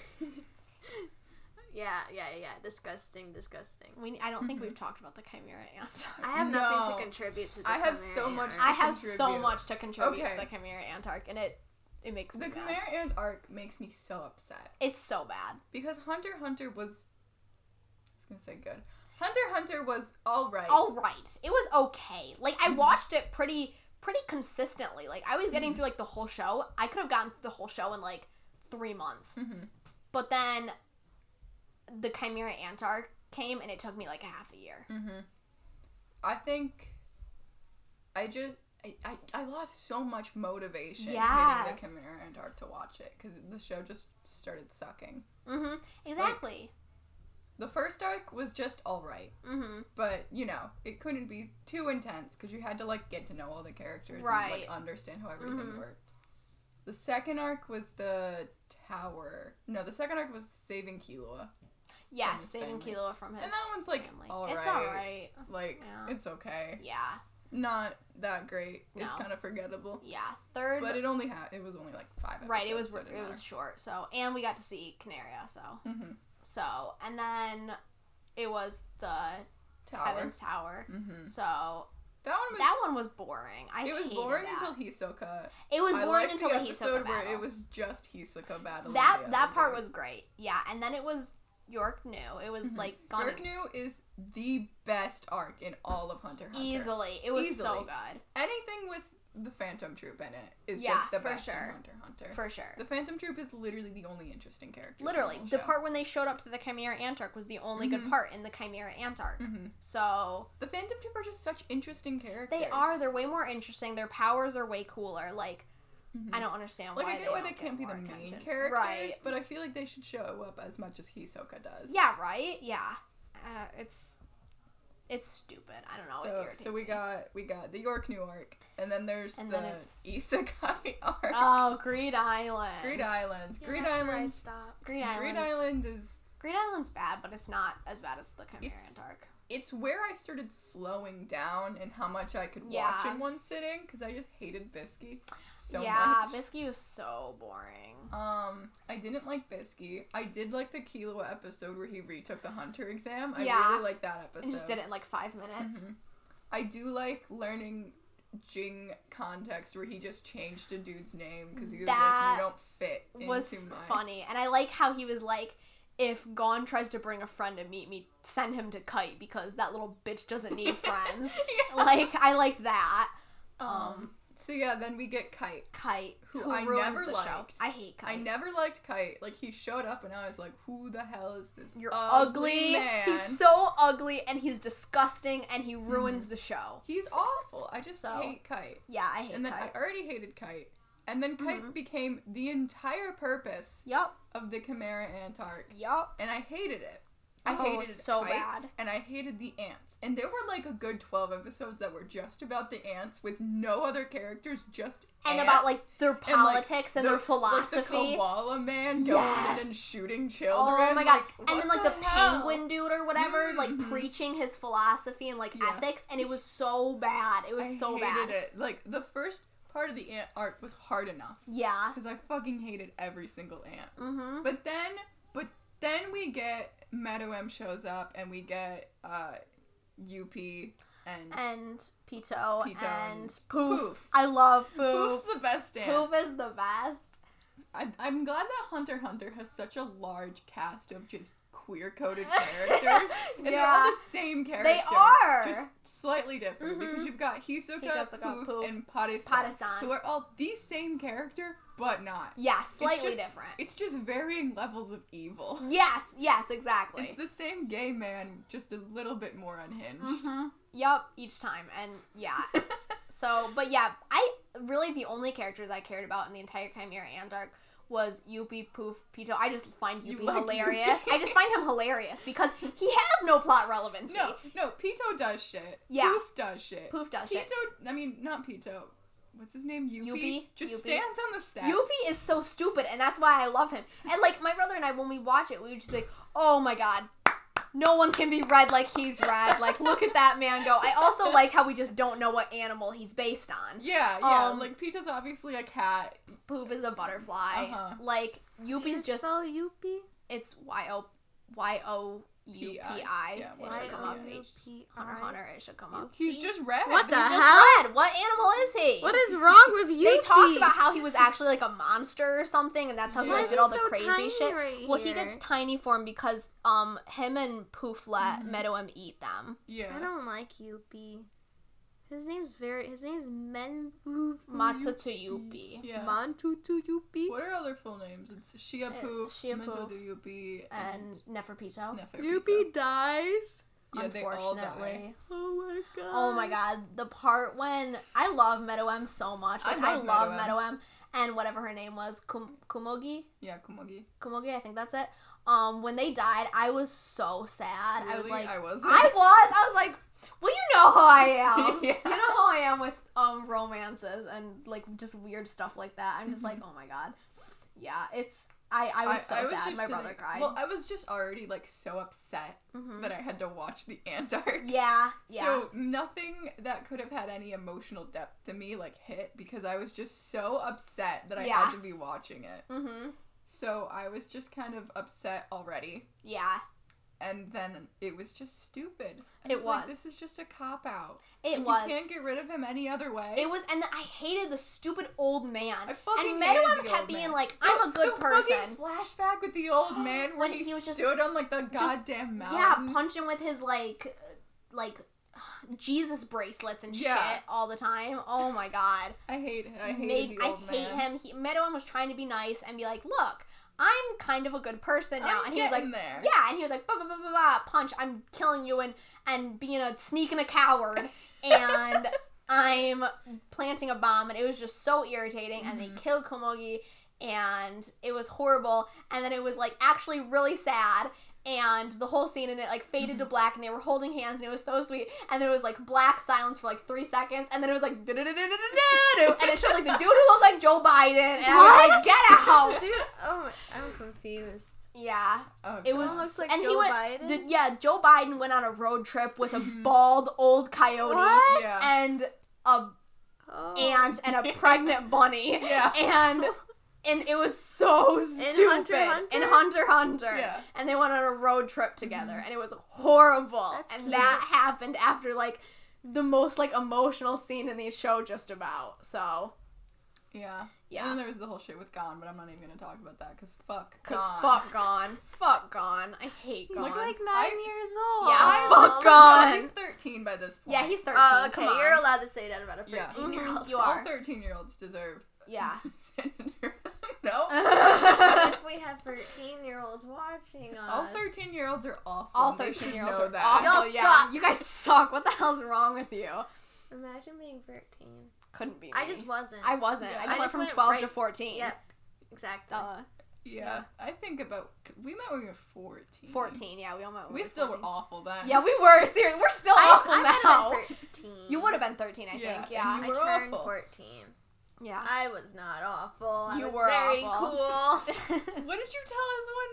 [SPEAKER 1] yeah, yeah. Disgusting, disgusting.
[SPEAKER 2] We I don't think we've talked about the Chimera ant arc.
[SPEAKER 1] I have nothing
[SPEAKER 3] No.
[SPEAKER 1] to contribute to. The
[SPEAKER 3] I have
[SPEAKER 1] Khmer
[SPEAKER 3] so much
[SPEAKER 1] Anarchy.
[SPEAKER 2] I have so
[SPEAKER 3] contribute.
[SPEAKER 2] much to contribute
[SPEAKER 3] Okay.
[SPEAKER 2] to the Chimera ant arc, and it it makes me
[SPEAKER 3] The
[SPEAKER 2] mad.
[SPEAKER 3] Khmer Ant arc makes me so upset
[SPEAKER 2] It's so bad.
[SPEAKER 3] because Hunter x Hunter was. I was gonna say good. Hunter x Hunter was all right.
[SPEAKER 2] all right. It was okay. Like
[SPEAKER 3] Mm-hmm.
[SPEAKER 2] I watched it pretty pretty consistently. Like I was getting through like the whole show. I could have gotten through the whole show in like three months.
[SPEAKER 3] Mhm.
[SPEAKER 2] But then the Chimera Ant arc came and it took me like a half a year.
[SPEAKER 3] Mm. I think. I just. I, I, I lost so much motivation
[SPEAKER 2] Yes.
[SPEAKER 3] reading the Chimera Ant arc to watch it because the show just started sucking.
[SPEAKER 2] Mm-hmm. Exactly.
[SPEAKER 3] The first arc was just all right,
[SPEAKER 2] mm-hmm.
[SPEAKER 3] but you know it couldn't be too intense because you had to like get to know all the characters and
[SPEAKER 2] Right.
[SPEAKER 3] like understand how everything
[SPEAKER 2] Mhm.
[SPEAKER 3] worked. The second arc was the tower. No, the second arc was saving Killua,
[SPEAKER 2] Yes,
[SPEAKER 3] his
[SPEAKER 2] saving
[SPEAKER 3] family.
[SPEAKER 2] Kilo from his
[SPEAKER 3] and that one's like
[SPEAKER 2] family.
[SPEAKER 3] all right.
[SPEAKER 2] It's alright.
[SPEAKER 3] Like
[SPEAKER 2] Yeah.
[SPEAKER 3] it's okay,
[SPEAKER 2] Yeah.
[SPEAKER 3] not that great. It's
[SPEAKER 2] No.
[SPEAKER 3] kind of forgettable,
[SPEAKER 2] Yeah. Third
[SPEAKER 3] but it only had it was only like five. Episodes,
[SPEAKER 2] Right, it was
[SPEAKER 3] so didn't
[SPEAKER 2] it was short. So, and we got to see Canaria, so.
[SPEAKER 3] matter. Mhm.
[SPEAKER 2] So, and then it was the
[SPEAKER 3] tower.
[SPEAKER 2] Heaven's Tower.
[SPEAKER 3] Mhm.
[SPEAKER 2] So,
[SPEAKER 3] That one was
[SPEAKER 2] That one was boring. I
[SPEAKER 3] It was
[SPEAKER 2] hated
[SPEAKER 3] boring
[SPEAKER 2] that.
[SPEAKER 3] until Hisoka.
[SPEAKER 2] it was
[SPEAKER 3] I
[SPEAKER 2] boring
[SPEAKER 3] liked
[SPEAKER 2] until
[SPEAKER 3] the
[SPEAKER 2] the,
[SPEAKER 3] episode
[SPEAKER 2] Hisoka
[SPEAKER 3] where
[SPEAKER 2] battle.
[SPEAKER 3] it was just Hisoka battle.
[SPEAKER 2] that that part was great. Yeah, and then it was York knew. It was like gone
[SPEAKER 3] Mm-hmm. York New is the best arc in all of Hunter x Hunter.
[SPEAKER 2] easily. It was so
[SPEAKER 3] Easily.
[SPEAKER 2] good
[SPEAKER 3] Anything with the Phantom Troop in it is
[SPEAKER 2] Yeah,
[SPEAKER 3] just the
[SPEAKER 2] for
[SPEAKER 3] best in
[SPEAKER 2] sure.
[SPEAKER 3] Hunter x Hunter.
[SPEAKER 2] for sure.
[SPEAKER 3] the Phantom Troop is literally the only interesting character. from
[SPEAKER 2] Literally,
[SPEAKER 3] whole
[SPEAKER 2] the
[SPEAKER 3] show.
[SPEAKER 2] part when they showed up to the Chimera Ant arc was the only good
[SPEAKER 3] Mhm.
[SPEAKER 2] part in the Chimera Ant arc.
[SPEAKER 3] Mhm.
[SPEAKER 2] So
[SPEAKER 3] The Phantom Troop are just such interesting characters.
[SPEAKER 2] they are. They're way more interesting. Their powers are way cooler. Like I don't understand
[SPEAKER 3] Mm-hmm. like
[SPEAKER 2] why
[SPEAKER 3] I get why
[SPEAKER 2] don't
[SPEAKER 3] they
[SPEAKER 2] get
[SPEAKER 3] can't be the
[SPEAKER 2] more
[SPEAKER 3] main
[SPEAKER 2] attention.
[SPEAKER 3] characters,
[SPEAKER 2] Right.
[SPEAKER 3] but I feel like they should show up as much as Hisoka does.
[SPEAKER 2] Yeah. Right. Yeah. Uh, it's it's stupid. I don't know. it
[SPEAKER 3] So,
[SPEAKER 2] irritates
[SPEAKER 3] so we
[SPEAKER 2] me.
[SPEAKER 3] got we got the York New arc, and then there's
[SPEAKER 2] And
[SPEAKER 3] the
[SPEAKER 2] then it's-
[SPEAKER 3] Isekai *laughs* arc.
[SPEAKER 2] Oh, Greed Island.
[SPEAKER 3] Greed Island.
[SPEAKER 1] Yeah,
[SPEAKER 3] Greed
[SPEAKER 1] that's where I
[SPEAKER 3] Island.
[SPEAKER 1] stopped.
[SPEAKER 2] Greed
[SPEAKER 3] Greed
[SPEAKER 2] Island.
[SPEAKER 3] Island is
[SPEAKER 2] Greed Island's bad, but it's not as bad as the Chimera
[SPEAKER 3] It's-
[SPEAKER 2] and Dark.
[SPEAKER 3] it's where I started slowing down and how much I could watch
[SPEAKER 2] Yeah.
[SPEAKER 3] in one sitting because I just hated Bisky so
[SPEAKER 2] yeah,
[SPEAKER 3] much.
[SPEAKER 2] Bisky was so boring.
[SPEAKER 3] um, I didn't like Bisky. I did like the Kilo episode where he retook the hunter exam. I
[SPEAKER 2] Yeah.
[SPEAKER 3] really like that episode.
[SPEAKER 2] I just did it in like five
[SPEAKER 3] *laughs*
[SPEAKER 2] minutes.
[SPEAKER 3] Mhm. I do like learning Jing context where he just changed a dude's name because he was
[SPEAKER 2] That
[SPEAKER 3] like, "You don't fit." Into
[SPEAKER 2] Was
[SPEAKER 3] my...
[SPEAKER 2] funny, and I like how he was like, "If Gon tries to bring a friend to meet me, send him to Kite because that little bitch doesn't
[SPEAKER 3] *laughs*
[SPEAKER 2] need friends."
[SPEAKER 3] Yeah.
[SPEAKER 2] Like I like that.
[SPEAKER 3] um, So yeah, then we get Kite.
[SPEAKER 2] Kite,
[SPEAKER 3] who
[SPEAKER 2] who,
[SPEAKER 3] I
[SPEAKER 2] ruins
[SPEAKER 3] never
[SPEAKER 2] the show.
[SPEAKER 3] liked.
[SPEAKER 2] I hate Kite.
[SPEAKER 3] I never liked Kite. Like he showed up and I was like, "Who the hell is this?
[SPEAKER 2] You're
[SPEAKER 3] ugly,
[SPEAKER 2] ugly.
[SPEAKER 3] man?" Mm-hmm.
[SPEAKER 2] He's so ugly, and he's disgusting, and he ruins the show.
[SPEAKER 3] He's awful. I just
[SPEAKER 2] So-
[SPEAKER 3] hate Kite.
[SPEAKER 2] Yeah, I hate
[SPEAKER 3] And then
[SPEAKER 2] Kite. Mm-hmm.
[SPEAKER 3] I already hated Kite. And then Kite became the entire purpose
[SPEAKER 2] Yup.
[SPEAKER 3] of the Chimera Ant arc.
[SPEAKER 2] Yup.
[SPEAKER 3] And I hated it. I
[SPEAKER 2] Oh,
[SPEAKER 3] hated it
[SPEAKER 2] so bad.
[SPEAKER 3] And I hated the ants. And there were like a good 12 episodes that were just about the ants with no other characters, just
[SPEAKER 2] and
[SPEAKER 3] ants.
[SPEAKER 2] about like their
[SPEAKER 3] And, like,
[SPEAKER 2] politics and,
[SPEAKER 3] the-
[SPEAKER 2] their philosophy.
[SPEAKER 3] Like the koala man going
[SPEAKER 2] Yes.
[SPEAKER 3] in and shooting children.
[SPEAKER 2] oh my god!
[SPEAKER 3] Like,
[SPEAKER 2] and then
[SPEAKER 3] what
[SPEAKER 2] like the,
[SPEAKER 3] hell?
[SPEAKER 2] penguin dude or whatever, like
[SPEAKER 3] Mhm.
[SPEAKER 2] preaching his philosophy and like
[SPEAKER 3] Yeah.
[SPEAKER 2] ethics, and it was so bad. It was
[SPEAKER 3] I
[SPEAKER 2] so
[SPEAKER 3] hated
[SPEAKER 2] bad.
[SPEAKER 3] it. Like the first part of the ant arc was hard enough
[SPEAKER 2] Yeah.
[SPEAKER 3] because I fucking hated every single ant.
[SPEAKER 2] Mm-hmm.
[SPEAKER 3] But then, but then we get Meadow M shows up and we get uh, Up and
[SPEAKER 2] And Pito,
[SPEAKER 3] Pito
[SPEAKER 2] and
[SPEAKER 3] and
[SPEAKER 2] Poof.
[SPEAKER 3] Poof.
[SPEAKER 2] I love
[SPEAKER 3] Poof's
[SPEAKER 2] Poof.
[SPEAKER 3] the best ant.
[SPEAKER 2] Poof is the best.
[SPEAKER 3] I, I'm glad that Hunter x Hunter has such a large cast of just queer
[SPEAKER 2] *laughs*
[SPEAKER 3] coded characters, and they're all
[SPEAKER 2] Yeah.
[SPEAKER 3] the same character.
[SPEAKER 2] are. Mm-hmm.
[SPEAKER 3] just slightly different because you've got Hisoka, Poof,
[SPEAKER 2] Hisoka, Poof,
[SPEAKER 3] and Padasan,
[SPEAKER 2] Padasan.
[SPEAKER 3] who are all the same character but not.
[SPEAKER 2] Yeah, slightly
[SPEAKER 3] just-
[SPEAKER 2] different.
[SPEAKER 3] It's just varying levels of evil.
[SPEAKER 2] *laughs* Yes, yes, exactly.
[SPEAKER 3] It's the same gay man, just a little bit more unhinged. *laughs*
[SPEAKER 2] Mm-hmm. Yep, each time. And yeah. so, but yeah, I really the only characters I cared about in the entire Chimera and arc was Yuppie Poof Pito. I just find
[SPEAKER 3] You
[SPEAKER 2] Yuppie
[SPEAKER 3] like
[SPEAKER 2] hilarious.
[SPEAKER 3] Yuppie.
[SPEAKER 2] I just find him hilarious
[SPEAKER 3] *laughs*
[SPEAKER 2] because he has no plot relevancy.
[SPEAKER 3] No, no, Pito does shit.
[SPEAKER 2] Yeah.
[SPEAKER 3] Poof does shit.
[SPEAKER 2] Poof does shit.
[SPEAKER 3] Pito, I mean, not Pito. What's his name? Yuppie.
[SPEAKER 2] Yuppie.
[SPEAKER 3] Just
[SPEAKER 2] Yuppie.
[SPEAKER 3] stands on the steps.
[SPEAKER 2] Yuppie is so stupid, and that's why I love him. And like my brother and I, when we watch it, we would just be like, "Oh my god, no one can be red like he's red. Like, look at that man go." I
[SPEAKER 3] *laughs*
[SPEAKER 2] also like how we just don't know what animal he's based on.
[SPEAKER 3] Yeah, yeah.
[SPEAKER 2] Um,
[SPEAKER 3] like Pito's obviously a cat.
[SPEAKER 2] Poof is a butterfly.
[SPEAKER 3] Uh-huh.
[SPEAKER 2] Like Yuppie's
[SPEAKER 1] Just
[SPEAKER 2] just
[SPEAKER 1] so Yuppie.
[SPEAKER 2] it's y o y o u p i.
[SPEAKER 3] Yeah,
[SPEAKER 2] It
[SPEAKER 3] Y-O-U-P-I.
[SPEAKER 2] should come up. H- Hunter
[SPEAKER 1] Y-O-U-P-I.
[SPEAKER 2] Hunter. It should come up.
[SPEAKER 3] He's just red.
[SPEAKER 1] What the
[SPEAKER 2] He's just
[SPEAKER 1] hell?
[SPEAKER 2] red. What animal is he?
[SPEAKER 1] What is wrong with you?
[SPEAKER 2] they talked about how he was actually like a monster or something, and that's how he
[SPEAKER 3] Why
[SPEAKER 2] like,
[SPEAKER 3] is
[SPEAKER 2] did
[SPEAKER 1] he
[SPEAKER 2] all the
[SPEAKER 1] so
[SPEAKER 2] crazy
[SPEAKER 1] tiny
[SPEAKER 2] shit.
[SPEAKER 1] right
[SPEAKER 2] well, he
[SPEAKER 1] here?
[SPEAKER 2] gets tiny form because um him and Poof let
[SPEAKER 3] Mhm.
[SPEAKER 2] Meadow him eat them.
[SPEAKER 3] Yeah.
[SPEAKER 1] I don't like Yuppie. His name's very. His name's Men. Mm-hmm.
[SPEAKER 2] Matsutuyupi.
[SPEAKER 3] Yeah.
[SPEAKER 1] Mantutu Yuppie.
[SPEAKER 3] what are other full names? It's Shia
[SPEAKER 2] Uh,
[SPEAKER 3] Poof,
[SPEAKER 2] Shia Poof,
[SPEAKER 3] Mento de Yuppie,
[SPEAKER 2] and Neferpito.
[SPEAKER 3] Nefer Pito.
[SPEAKER 1] Yuppie dies.
[SPEAKER 3] Yeah, they all die.
[SPEAKER 2] Unfortunately.
[SPEAKER 1] Oh my god.
[SPEAKER 2] Oh
[SPEAKER 3] Um,
[SPEAKER 2] my god, the part when I love Meadow M so much.
[SPEAKER 3] I
[SPEAKER 2] Like, I
[SPEAKER 3] love
[SPEAKER 2] love,
[SPEAKER 3] Meadow
[SPEAKER 2] Meadow M and whatever her name was, Kum- Kumogi.
[SPEAKER 3] Yeah, Kumogi.
[SPEAKER 2] Kumogi, I think that's it. Um, when they died, I was so sad. I was
[SPEAKER 3] Really?
[SPEAKER 2] like,
[SPEAKER 3] I wasn't. *laughs*
[SPEAKER 2] I was. I was like, well, you know how I am.
[SPEAKER 3] Yeah.
[SPEAKER 2] You know how I am with um romances and like just weird stuff like that. I'm just like,
[SPEAKER 3] Mm-hmm.
[SPEAKER 2] oh my god. Yeah, it's I. I was so sad.
[SPEAKER 3] just
[SPEAKER 2] My brother
[SPEAKER 3] sitting-
[SPEAKER 2] cried.
[SPEAKER 3] Well, I was just already like so upset
[SPEAKER 2] Mhm.
[SPEAKER 3] that I had to watch the *laughs* Antarctic.
[SPEAKER 2] yeah, yeah.
[SPEAKER 3] So nothing that could have had any emotional depth to me like hit because I was just so upset that I
[SPEAKER 2] Yeah.
[SPEAKER 3] had to be watching it.
[SPEAKER 2] mm-hmm.
[SPEAKER 3] So I was just kind of upset already.
[SPEAKER 2] Yeah.
[SPEAKER 3] And then it was just stupid. I
[SPEAKER 2] It
[SPEAKER 3] like,
[SPEAKER 2] was.
[SPEAKER 3] this is just a cop out.
[SPEAKER 2] It
[SPEAKER 3] Like,
[SPEAKER 2] was.
[SPEAKER 3] You can't get rid of him any other way.
[SPEAKER 2] It was, and I hated the stupid old man.
[SPEAKER 3] I fucking
[SPEAKER 2] and
[SPEAKER 3] hated
[SPEAKER 2] Meadow
[SPEAKER 3] the
[SPEAKER 2] kept
[SPEAKER 3] old
[SPEAKER 2] being
[SPEAKER 3] man.
[SPEAKER 2] like, I'm a
[SPEAKER 3] the
[SPEAKER 2] good
[SPEAKER 3] fucking
[SPEAKER 2] person.
[SPEAKER 3] Flashback with the
[SPEAKER 2] *gasps*
[SPEAKER 3] old man where
[SPEAKER 2] When
[SPEAKER 3] he,
[SPEAKER 2] he was just-
[SPEAKER 3] stood on like the goddamn
[SPEAKER 2] Yeah,
[SPEAKER 3] mountain.
[SPEAKER 2] punching with his like, like. Jesus bracelets and
[SPEAKER 3] Yeah.
[SPEAKER 2] shit all the time. Oh my god.
[SPEAKER 3] I hate it. *laughs* I hated
[SPEAKER 2] made
[SPEAKER 3] the
[SPEAKER 2] I
[SPEAKER 3] old
[SPEAKER 2] hate
[SPEAKER 3] man.
[SPEAKER 2] him. He, Meadowan was trying to be nice and be like, "Look, I'm kind of a good person now,"
[SPEAKER 3] I'm
[SPEAKER 2] and he was like,
[SPEAKER 3] getting there.
[SPEAKER 2] "Yeah," and he was like, "Bah bah bah bah bah, punch! I'm killing you and and being a sneak and a
[SPEAKER 3] *laughs*
[SPEAKER 2] coward, and I'm planting a bomb." And it was just so irritating. And
[SPEAKER 3] Mm-hmm.
[SPEAKER 2] they killed Komogi, and it was horrible. And then it was like actually really sad. And the whole scene and it like faded
[SPEAKER 1] Mm-hmm.
[SPEAKER 2] to black, and they were holding hands, and it was so sweet. And there was like black silence for like three seconds, and then it was like *laughs* "Da-da-da-da-da-da-da," and it showed like the dude who looked like Joe Biden, and I was like, "Get out!"
[SPEAKER 1] Dude, oh my, I'm confused.
[SPEAKER 2] Yeah,
[SPEAKER 3] Oh,
[SPEAKER 2] it was.
[SPEAKER 3] God.
[SPEAKER 1] looks like
[SPEAKER 2] and he
[SPEAKER 1] Joe
[SPEAKER 2] went,
[SPEAKER 1] Biden? Mm-hmm.
[SPEAKER 2] the- yeah, Joe Biden went on a road trip with a bald old coyote
[SPEAKER 1] What?
[SPEAKER 3] Yeah.
[SPEAKER 2] and a
[SPEAKER 1] Oh.
[SPEAKER 2] ant and a pregnant bunny,
[SPEAKER 3] Yeah.
[SPEAKER 2] and and it was so
[SPEAKER 1] Hunter,
[SPEAKER 2] stupid.
[SPEAKER 1] Hunter?
[SPEAKER 2] In Hunter Hunter,
[SPEAKER 3] Yeah.
[SPEAKER 2] and they went on a road trip together, and it was horrible.
[SPEAKER 1] That's
[SPEAKER 2] and
[SPEAKER 1] cute.
[SPEAKER 2] that happened after like the most like emotional scene in the show, just about. So
[SPEAKER 3] Yeah.
[SPEAKER 2] yeah.
[SPEAKER 3] And then there was the whole shit with Gone, but I'm not even gonna talk about that because fuck.
[SPEAKER 2] Cause
[SPEAKER 3] Gone.
[SPEAKER 2] fuck gone, fuck gone. I hate gone.
[SPEAKER 1] He's like nine
[SPEAKER 3] I-
[SPEAKER 1] years old.
[SPEAKER 2] Yeah,
[SPEAKER 3] Oh,
[SPEAKER 2] fuck
[SPEAKER 3] no,
[SPEAKER 2] gone.
[SPEAKER 3] He's 13 by this point.
[SPEAKER 2] yeah, he's thirteen.
[SPEAKER 1] Oh, okay,
[SPEAKER 2] come on.
[SPEAKER 1] you're allowed to say that about a
[SPEAKER 3] Yeah.
[SPEAKER 1] 13 year
[SPEAKER 2] Mhm,
[SPEAKER 1] old.
[SPEAKER 2] you
[SPEAKER 3] All
[SPEAKER 1] *laughs*
[SPEAKER 2] are.
[SPEAKER 3] 13 year olds deserve. *laughs*
[SPEAKER 2] Yeah. Uh,
[SPEAKER 3] no.
[SPEAKER 1] What if we have 13 year olds
[SPEAKER 2] Oh,
[SPEAKER 1] watching us?
[SPEAKER 3] All 13 year olds are awful.
[SPEAKER 2] All
[SPEAKER 3] and they should
[SPEAKER 2] 13 year olds
[SPEAKER 3] know
[SPEAKER 2] are
[SPEAKER 3] that.
[SPEAKER 2] awful.
[SPEAKER 1] Y'all
[SPEAKER 2] yeah.
[SPEAKER 1] suck.
[SPEAKER 2] You guys suck. What the hell's wrong with you?
[SPEAKER 1] Imagine being 13.
[SPEAKER 2] Couldn't be.
[SPEAKER 1] I
[SPEAKER 2] me.
[SPEAKER 1] just wasn't.
[SPEAKER 2] I wasn't.
[SPEAKER 3] Yeah.
[SPEAKER 2] I
[SPEAKER 3] I
[SPEAKER 2] just went
[SPEAKER 1] just
[SPEAKER 2] from
[SPEAKER 1] went
[SPEAKER 2] 12 to
[SPEAKER 1] right-
[SPEAKER 2] 14.
[SPEAKER 1] Yep, exactly.
[SPEAKER 2] Uh,
[SPEAKER 3] Yeah.
[SPEAKER 2] Yeah.
[SPEAKER 3] I think about. We met when we were 14.
[SPEAKER 2] 14. Yeah, we all met. when
[SPEAKER 3] We
[SPEAKER 2] were
[SPEAKER 3] still
[SPEAKER 2] 14.
[SPEAKER 3] were awful then.
[SPEAKER 2] Yeah, we were. Seriously, we're still
[SPEAKER 1] I,
[SPEAKER 2] awful
[SPEAKER 1] I
[SPEAKER 2] now.
[SPEAKER 1] would have been 13.
[SPEAKER 2] You would have been 13, I
[SPEAKER 3] Yeah,
[SPEAKER 2] think.
[SPEAKER 3] and
[SPEAKER 2] Yeah.
[SPEAKER 3] you
[SPEAKER 1] I
[SPEAKER 3] were
[SPEAKER 1] turned
[SPEAKER 3] awful.
[SPEAKER 1] 14.
[SPEAKER 2] yeah.
[SPEAKER 1] I was not awful.
[SPEAKER 2] You
[SPEAKER 1] I was
[SPEAKER 2] were
[SPEAKER 1] very
[SPEAKER 2] *laughs* awful.
[SPEAKER 1] cool.
[SPEAKER 3] What did you tell us one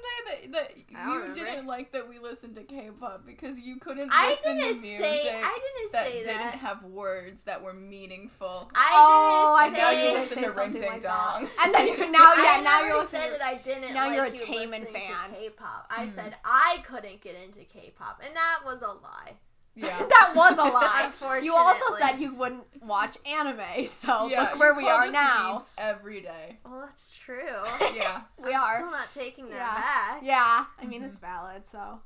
[SPEAKER 1] I
[SPEAKER 3] day that, that
[SPEAKER 1] don't
[SPEAKER 3] you
[SPEAKER 1] remember.
[SPEAKER 3] didn't like that we listened to K-pop because you couldn't
[SPEAKER 1] I
[SPEAKER 3] listen to
[SPEAKER 1] didn't
[SPEAKER 3] music
[SPEAKER 1] say. I didn't
[SPEAKER 3] that
[SPEAKER 1] say
[SPEAKER 3] didn't
[SPEAKER 1] that.
[SPEAKER 3] have words that
[SPEAKER 2] *laughs*
[SPEAKER 3] were meaningful?
[SPEAKER 1] I
[SPEAKER 2] oh, I
[SPEAKER 1] didn't
[SPEAKER 2] know
[SPEAKER 1] say.
[SPEAKER 2] you
[SPEAKER 3] Now
[SPEAKER 2] would
[SPEAKER 3] listen
[SPEAKER 2] say
[SPEAKER 3] to
[SPEAKER 2] something
[SPEAKER 3] Ring
[SPEAKER 2] like
[SPEAKER 3] Ding
[SPEAKER 1] *laughs*
[SPEAKER 2] that.
[SPEAKER 3] Dong.
[SPEAKER 2] And then you're now,
[SPEAKER 1] I
[SPEAKER 2] yeah, now
[SPEAKER 1] never
[SPEAKER 2] you're
[SPEAKER 1] said
[SPEAKER 2] listening-
[SPEAKER 1] that I didn't.
[SPEAKER 2] now
[SPEAKER 1] like
[SPEAKER 2] you're a
[SPEAKER 1] you
[SPEAKER 2] Taemin
[SPEAKER 1] listening to
[SPEAKER 2] fan. Hmm.
[SPEAKER 1] K-pop. I
[SPEAKER 3] Mhm.
[SPEAKER 1] said I couldn't get into K-pop, and that was a lie.
[SPEAKER 3] Yeah.
[SPEAKER 2] that
[SPEAKER 1] *laughs*
[SPEAKER 2] was a lie. You also
[SPEAKER 1] Unfortunately.
[SPEAKER 2] said you wouldn't watch anime, so
[SPEAKER 3] *laughs* yeah,
[SPEAKER 2] look where
[SPEAKER 3] you
[SPEAKER 2] we
[SPEAKER 3] called
[SPEAKER 2] are
[SPEAKER 3] us
[SPEAKER 2] now.
[SPEAKER 3] weebs every day.
[SPEAKER 1] Well, that's *laughs* true.
[SPEAKER 3] Yeah.
[SPEAKER 2] *laughs* We
[SPEAKER 1] I'm
[SPEAKER 2] are.
[SPEAKER 1] still not taking that
[SPEAKER 2] Yeah.
[SPEAKER 1] back.
[SPEAKER 2] Yeah, I mean
[SPEAKER 1] Mm-hmm.
[SPEAKER 3] Mhm.
[SPEAKER 2] it's valid. So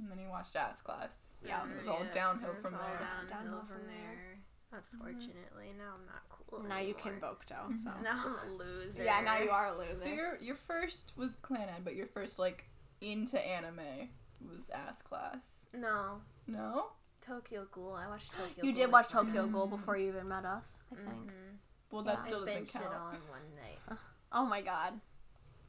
[SPEAKER 3] and then he watched Ass Class.
[SPEAKER 2] Yeah.
[SPEAKER 3] It was all downhill
[SPEAKER 1] It's
[SPEAKER 3] from
[SPEAKER 1] all
[SPEAKER 3] there.
[SPEAKER 1] Downhill
[SPEAKER 2] Downhill
[SPEAKER 1] from
[SPEAKER 2] from Mm-hmm.
[SPEAKER 1] there. Unfortunately, now I'm not cool.
[SPEAKER 2] now you can
[SPEAKER 1] anymore.
[SPEAKER 2] vote though. So
[SPEAKER 1] *laughs* Now I'm a loser.
[SPEAKER 2] yeah, now you are a loser.
[SPEAKER 3] So your your first was Clan Ed, but your first like into anime was Ass Class.
[SPEAKER 1] No,
[SPEAKER 3] No.
[SPEAKER 1] Tokyo Ghoul. I watched Tokyo.
[SPEAKER 2] You
[SPEAKER 1] Ghoul
[SPEAKER 2] did
[SPEAKER 1] with
[SPEAKER 2] watch
[SPEAKER 1] my-
[SPEAKER 2] Tokyo Ghoul
[SPEAKER 3] Mm.
[SPEAKER 2] before you even met us, I think.
[SPEAKER 1] Mhm.
[SPEAKER 3] Well, that
[SPEAKER 2] Yeah.
[SPEAKER 3] still
[SPEAKER 1] I
[SPEAKER 3] doesn't
[SPEAKER 1] binged it
[SPEAKER 3] count.
[SPEAKER 1] on one night.
[SPEAKER 2] *laughs* Oh my god.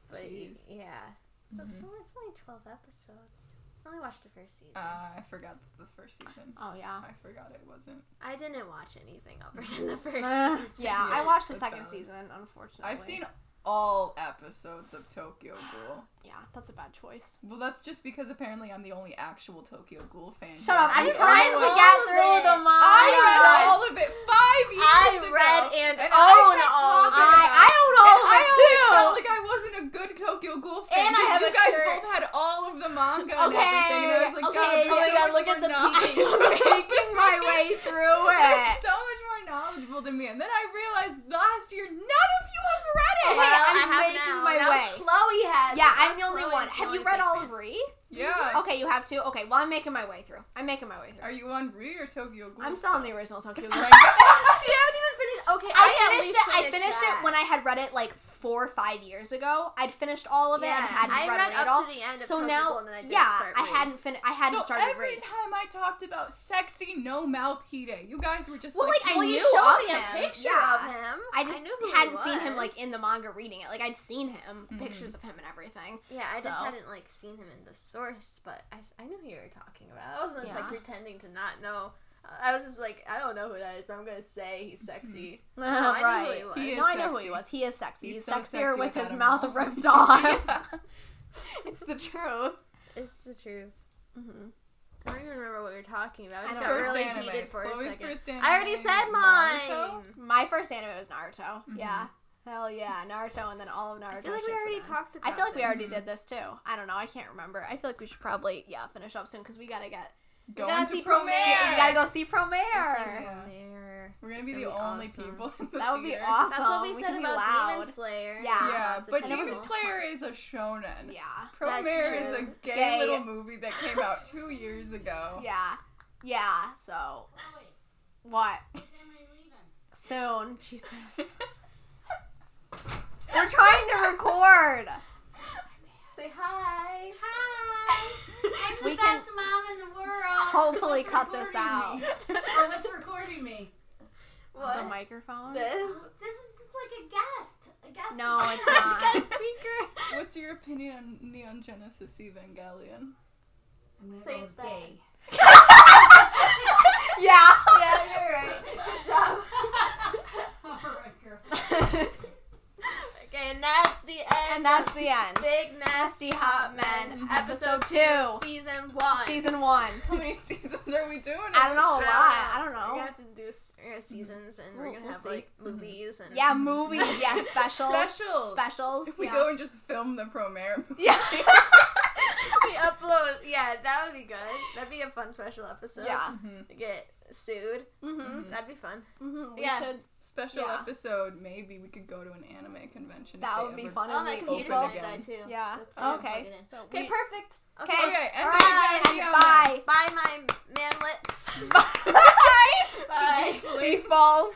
[SPEAKER 1] But y-
[SPEAKER 3] Jeez.
[SPEAKER 1] yeah, But
[SPEAKER 3] Mm-hmm.
[SPEAKER 1] so it's only twelve episodes. I only watched the first season.
[SPEAKER 3] Uh, I forgot the first season.
[SPEAKER 2] Oh yeah.
[SPEAKER 3] I forgot it wasn't.
[SPEAKER 1] I didn't watch anything
[SPEAKER 2] *laughs*
[SPEAKER 1] other than the first
[SPEAKER 2] Uh,
[SPEAKER 1] season.
[SPEAKER 2] yeah, I
[SPEAKER 3] Yeah,
[SPEAKER 2] watched the
[SPEAKER 3] that's
[SPEAKER 2] second
[SPEAKER 3] valid.
[SPEAKER 2] season, unfortunately.
[SPEAKER 3] I've seen all episodes of Tokyo Ghoul.
[SPEAKER 2] Yeah, that's a bad choice.
[SPEAKER 3] Well, that's just because apparently I'm the only actual Tokyo Ghoul fan.
[SPEAKER 2] Shut up. I'm
[SPEAKER 3] here.
[SPEAKER 1] read
[SPEAKER 2] trying to
[SPEAKER 1] all
[SPEAKER 2] get
[SPEAKER 1] of
[SPEAKER 2] through
[SPEAKER 1] it.
[SPEAKER 2] the manga.
[SPEAKER 3] I read all of it five years
[SPEAKER 1] I
[SPEAKER 3] ago.
[SPEAKER 1] read and
[SPEAKER 3] I
[SPEAKER 1] own
[SPEAKER 3] kept
[SPEAKER 1] all of
[SPEAKER 3] talking
[SPEAKER 1] it.
[SPEAKER 3] about
[SPEAKER 2] I, I own all of
[SPEAKER 3] And I
[SPEAKER 2] it
[SPEAKER 3] always
[SPEAKER 2] Oh, too.
[SPEAKER 3] felt like I wasn't a good Tokyo Ghoul fan.
[SPEAKER 2] And I
[SPEAKER 3] because
[SPEAKER 2] have a
[SPEAKER 3] you guys
[SPEAKER 2] shirt.
[SPEAKER 3] both had all of the manga and
[SPEAKER 2] Okay,
[SPEAKER 3] everything, and I was like, God,
[SPEAKER 2] okay, oh
[SPEAKER 3] there's
[SPEAKER 2] my
[SPEAKER 3] so
[SPEAKER 2] God,
[SPEAKER 3] much
[SPEAKER 2] look
[SPEAKER 3] more
[SPEAKER 2] at the
[SPEAKER 3] *laughs* knowledge.
[SPEAKER 2] *laughs* peeking, making my
[SPEAKER 1] *laughs*
[SPEAKER 2] way *laughs* through
[SPEAKER 3] They're
[SPEAKER 2] it.
[SPEAKER 3] so much more knowledgeable than me. And then I realized last year none of you have read it.
[SPEAKER 2] Okay,
[SPEAKER 1] Well, I
[SPEAKER 2] I'm
[SPEAKER 1] have
[SPEAKER 2] making
[SPEAKER 1] now.
[SPEAKER 2] my
[SPEAKER 1] Now
[SPEAKER 2] way.
[SPEAKER 1] Chloe has.
[SPEAKER 2] Yeah,
[SPEAKER 1] it.
[SPEAKER 2] I'm the
[SPEAKER 1] Now
[SPEAKER 2] only
[SPEAKER 1] Chloe
[SPEAKER 2] one.
[SPEAKER 1] is the
[SPEAKER 2] Have you
[SPEAKER 1] only
[SPEAKER 2] read
[SPEAKER 1] big
[SPEAKER 2] all
[SPEAKER 1] *laughs* fan.
[SPEAKER 2] of *laughs* Re?
[SPEAKER 3] Yeah.
[SPEAKER 2] Oh, Okay, you have two. Okay, well I'm making my way through. I'm making my way through.
[SPEAKER 3] Are you on Re or Tokyo Ghoul?
[SPEAKER 2] I'm still on the original *laughs* Tokyo Ghoul.
[SPEAKER 1] You haven't even finished. Okay,
[SPEAKER 2] I,
[SPEAKER 1] at
[SPEAKER 2] finished
[SPEAKER 1] least
[SPEAKER 2] it. I
[SPEAKER 1] finished
[SPEAKER 2] finished
[SPEAKER 1] that.
[SPEAKER 2] it when I had read it like four or five years ago. I'd finished all of it
[SPEAKER 1] yeah,
[SPEAKER 2] and hadn't
[SPEAKER 1] I
[SPEAKER 2] read,
[SPEAKER 1] read
[SPEAKER 2] it
[SPEAKER 1] up
[SPEAKER 2] at all.
[SPEAKER 1] to the end of
[SPEAKER 2] so
[SPEAKER 1] Tokyo
[SPEAKER 2] now,
[SPEAKER 1] Ghoul and then I didn't
[SPEAKER 2] yeah,
[SPEAKER 1] start
[SPEAKER 2] I
[SPEAKER 1] reading.
[SPEAKER 2] hadn't finished. I hadn't
[SPEAKER 3] so
[SPEAKER 2] started
[SPEAKER 3] every
[SPEAKER 2] reading.
[SPEAKER 3] time I talked about sexy no mouth Hide, you guys were just
[SPEAKER 2] Well,
[SPEAKER 3] like,
[SPEAKER 2] like, I
[SPEAKER 1] Well, you
[SPEAKER 2] knew of
[SPEAKER 1] showed me
[SPEAKER 2] him.
[SPEAKER 1] a picture
[SPEAKER 2] Yeah.
[SPEAKER 1] of him.
[SPEAKER 2] I just
[SPEAKER 1] knew who he
[SPEAKER 2] hadn't seen him
[SPEAKER 1] was.
[SPEAKER 2] like in the manga reading it. Like I'd seen him
[SPEAKER 3] Mhm.
[SPEAKER 2] pictures of him and everything.
[SPEAKER 1] Yeah, I just
[SPEAKER 2] So.
[SPEAKER 1] hadn't like seen him in the source, but I, s- I knew who you were talking about. I wasn't just
[SPEAKER 2] Yeah.
[SPEAKER 1] like pretending to not know. I was just like, I don't know who that is, but I'm gonna say he's sexy.
[SPEAKER 2] *laughs*
[SPEAKER 1] I knew who he was.
[SPEAKER 3] He is
[SPEAKER 2] no, I know who he
[SPEAKER 3] sexy.
[SPEAKER 2] was. He is sexy.
[SPEAKER 3] He's
[SPEAKER 2] He's,
[SPEAKER 3] so
[SPEAKER 2] sexier
[SPEAKER 3] sexy
[SPEAKER 2] with
[SPEAKER 3] without
[SPEAKER 2] his
[SPEAKER 3] a
[SPEAKER 2] mouth
[SPEAKER 3] mouth.
[SPEAKER 2] ripped off. *laughs* it's the truth.
[SPEAKER 1] It's the truth.
[SPEAKER 2] Mm-hmm.
[SPEAKER 1] I don't even remember what we were talking about. I
[SPEAKER 2] I
[SPEAKER 1] just
[SPEAKER 2] don't
[SPEAKER 1] got
[SPEAKER 2] know.
[SPEAKER 1] really
[SPEAKER 3] anime.
[SPEAKER 1] heated for
[SPEAKER 3] Chloe's
[SPEAKER 1] a second.
[SPEAKER 3] first anime.
[SPEAKER 1] I already said
[SPEAKER 3] Naruto?
[SPEAKER 1] mine.
[SPEAKER 2] My first anime was Naruto.
[SPEAKER 3] Mhm.
[SPEAKER 2] Yeah. Hell yeah, Naruto and then all of Naruto.
[SPEAKER 1] I feel like we
[SPEAKER 2] shit for
[SPEAKER 1] already
[SPEAKER 2] now.
[SPEAKER 1] talked about.
[SPEAKER 2] I feel like we
[SPEAKER 1] this.
[SPEAKER 2] already
[SPEAKER 3] Mhm.
[SPEAKER 2] did this too. I don't know. I can't remember. I feel like we should probably yeah finish up soon because we gotta get
[SPEAKER 3] Going
[SPEAKER 1] gotta
[SPEAKER 3] to
[SPEAKER 1] see
[SPEAKER 3] Promare.
[SPEAKER 2] we gotta go see Promare.
[SPEAKER 3] Yeah.
[SPEAKER 1] There.
[SPEAKER 3] We're gonna be
[SPEAKER 1] It's
[SPEAKER 3] the
[SPEAKER 1] gonna be
[SPEAKER 3] only
[SPEAKER 1] awesome.
[SPEAKER 3] people in the
[SPEAKER 2] That would be
[SPEAKER 3] theater.
[SPEAKER 2] awesome.
[SPEAKER 1] That's what we,
[SPEAKER 2] We
[SPEAKER 1] said
[SPEAKER 2] can be
[SPEAKER 1] about
[SPEAKER 2] loud.
[SPEAKER 1] Demon Slayer.
[SPEAKER 2] Yeah.
[SPEAKER 3] Yeah,
[SPEAKER 1] It's
[SPEAKER 3] but
[SPEAKER 1] like-
[SPEAKER 2] Demon
[SPEAKER 3] Demon Slayer is a shonen.
[SPEAKER 2] Yeah.
[SPEAKER 3] Promare
[SPEAKER 1] That's
[SPEAKER 3] is a
[SPEAKER 1] true.
[SPEAKER 3] gay,
[SPEAKER 2] Gay.
[SPEAKER 3] little movie that came
[SPEAKER 2] *laughs*
[SPEAKER 3] out two years ago.
[SPEAKER 2] Yeah. Yeah. So
[SPEAKER 5] Chloe,
[SPEAKER 2] what?
[SPEAKER 5] what time are you leaving?
[SPEAKER 2] Soon. Jesus. We're trying to record.
[SPEAKER 1] Say
[SPEAKER 3] *laughs*
[SPEAKER 1] hi.
[SPEAKER 5] I'm the
[SPEAKER 2] We can-
[SPEAKER 5] best mom in the world.
[SPEAKER 2] *laughs* Hopefully
[SPEAKER 5] What's
[SPEAKER 2] cut this out. *laughs*
[SPEAKER 5] recording me? Oh, what's recording me?
[SPEAKER 2] The
[SPEAKER 1] What?
[SPEAKER 2] microphone.
[SPEAKER 1] This. *laughs*
[SPEAKER 5] This is just like a guest. A guest. *laughs*
[SPEAKER 2] No, it's
[SPEAKER 5] appearance.
[SPEAKER 2] not.
[SPEAKER 3] What's your opinion on Neon Genesis Evangelion? *laughs*
[SPEAKER 5] I'm gonna
[SPEAKER 1] Say
[SPEAKER 5] go
[SPEAKER 1] it's
[SPEAKER 5] with gay.
[SPEAKER 2] yeah.
[SPEAKER 1] Yeah, you're right. Good job.
[SPEAKER 2] *laughs*
[SPEAKER 5] *laughs* All right, girl.
[SPEAKER 1] Okay, and that's the end.
[SPEAKER 2] and that's the end.
[SPEAKER 1] of Big Nasty
[SPEAKER 2] Nasty Hot Men, episode two,
[SPEAKER 1] Um, season one.
[SPEAKER 2] season one.
[SPEAKER 3] How many seasons are we doing?
[SPEAKER 2] I don't know a lot. I don't
[SPEAKER 1] We're
[SPEAKER 2] know.
[SPEAKER 1] gonna have to do s- we're gonna have seasons, and we're
[SPEAKER 2] We'll-
[SPEAKER 1] gonna
[SPEAKER 2] we'll
[SPEAKER 1] have
[SPEAKER 2] see. Mm-hmm.
[SPEAKER 1] like movies and
[SPEAKER 2] Yeah, movies. Yeah, specials.
[SPEAKER 3] Specials.
[SPEAKER 2] Specials.
[SPEAKER 3] If we
[SPEAKER 2] yeah. Uh-huh.
[SPEAKER 3] go and just film the Promare
[SPEAKER 2] *laughs*
[SPEAKER 3] movie.
[SPEAKER 2] yeah.
[SPEAKER 1] *laughs* we upload. Yeah, that would be good. That'd be a fun special episode.
[SPEAKER 2] yeah.
[SPEAKER 3] Mhm.
[SPEAKER 1] We get sued.
[SPEAKER 2] Mm-hmm.
[SPEAKER 1] That'd be fun.
[SPEAKER 2] Mm-hmm. We
[SPEAKER 1] Yeah.
[SPEAKER 2] should.
[SPEAKER 3] Special
[SPEAKER 2] Yeah.
[SPEAKER 3] episode. Maybe we could go to an anime convention. if
[SPEAKER 2] That
[SPEAKER 3] they
[SPEAKER 2] would be
[SPEAKER 3] ever-
[SPEAKER 2] fun.
[SPEAKER 1] Oh,
[SPEAKER 2] and
[SPEAKER 1] my
[SPEAKER 2] we-
[SPEAKER 1] computer's
[SPEAKER 3] open
[SPEAKER 1] gonna
[SPEAKER 3] again.
[SPEAKER 1] die too.
[SPEAKER 2] Yeah.
[SPEAKER 1] Oops, I didn't
[SPEAKER 2] Okay.
[SPEAKER 1] plug it in.
[SPEAKER 2] Okay,
[SPEAKER 1] we-
[SPEAKER 2] perfect.
[SPEAKER 1] Okay.
[SPEAKER 3] Okay, and
[SPEAKER 2] All
[SPEAKER 1] right,
[SPEAKER 2] Bye.
[SPEAKER 1] Bye, my manlets.
[SPEAKER 2] *laughs* Bye.
[SPEAKER 1] Bye.
[SPEAKER 2] *laughs* Beef balls.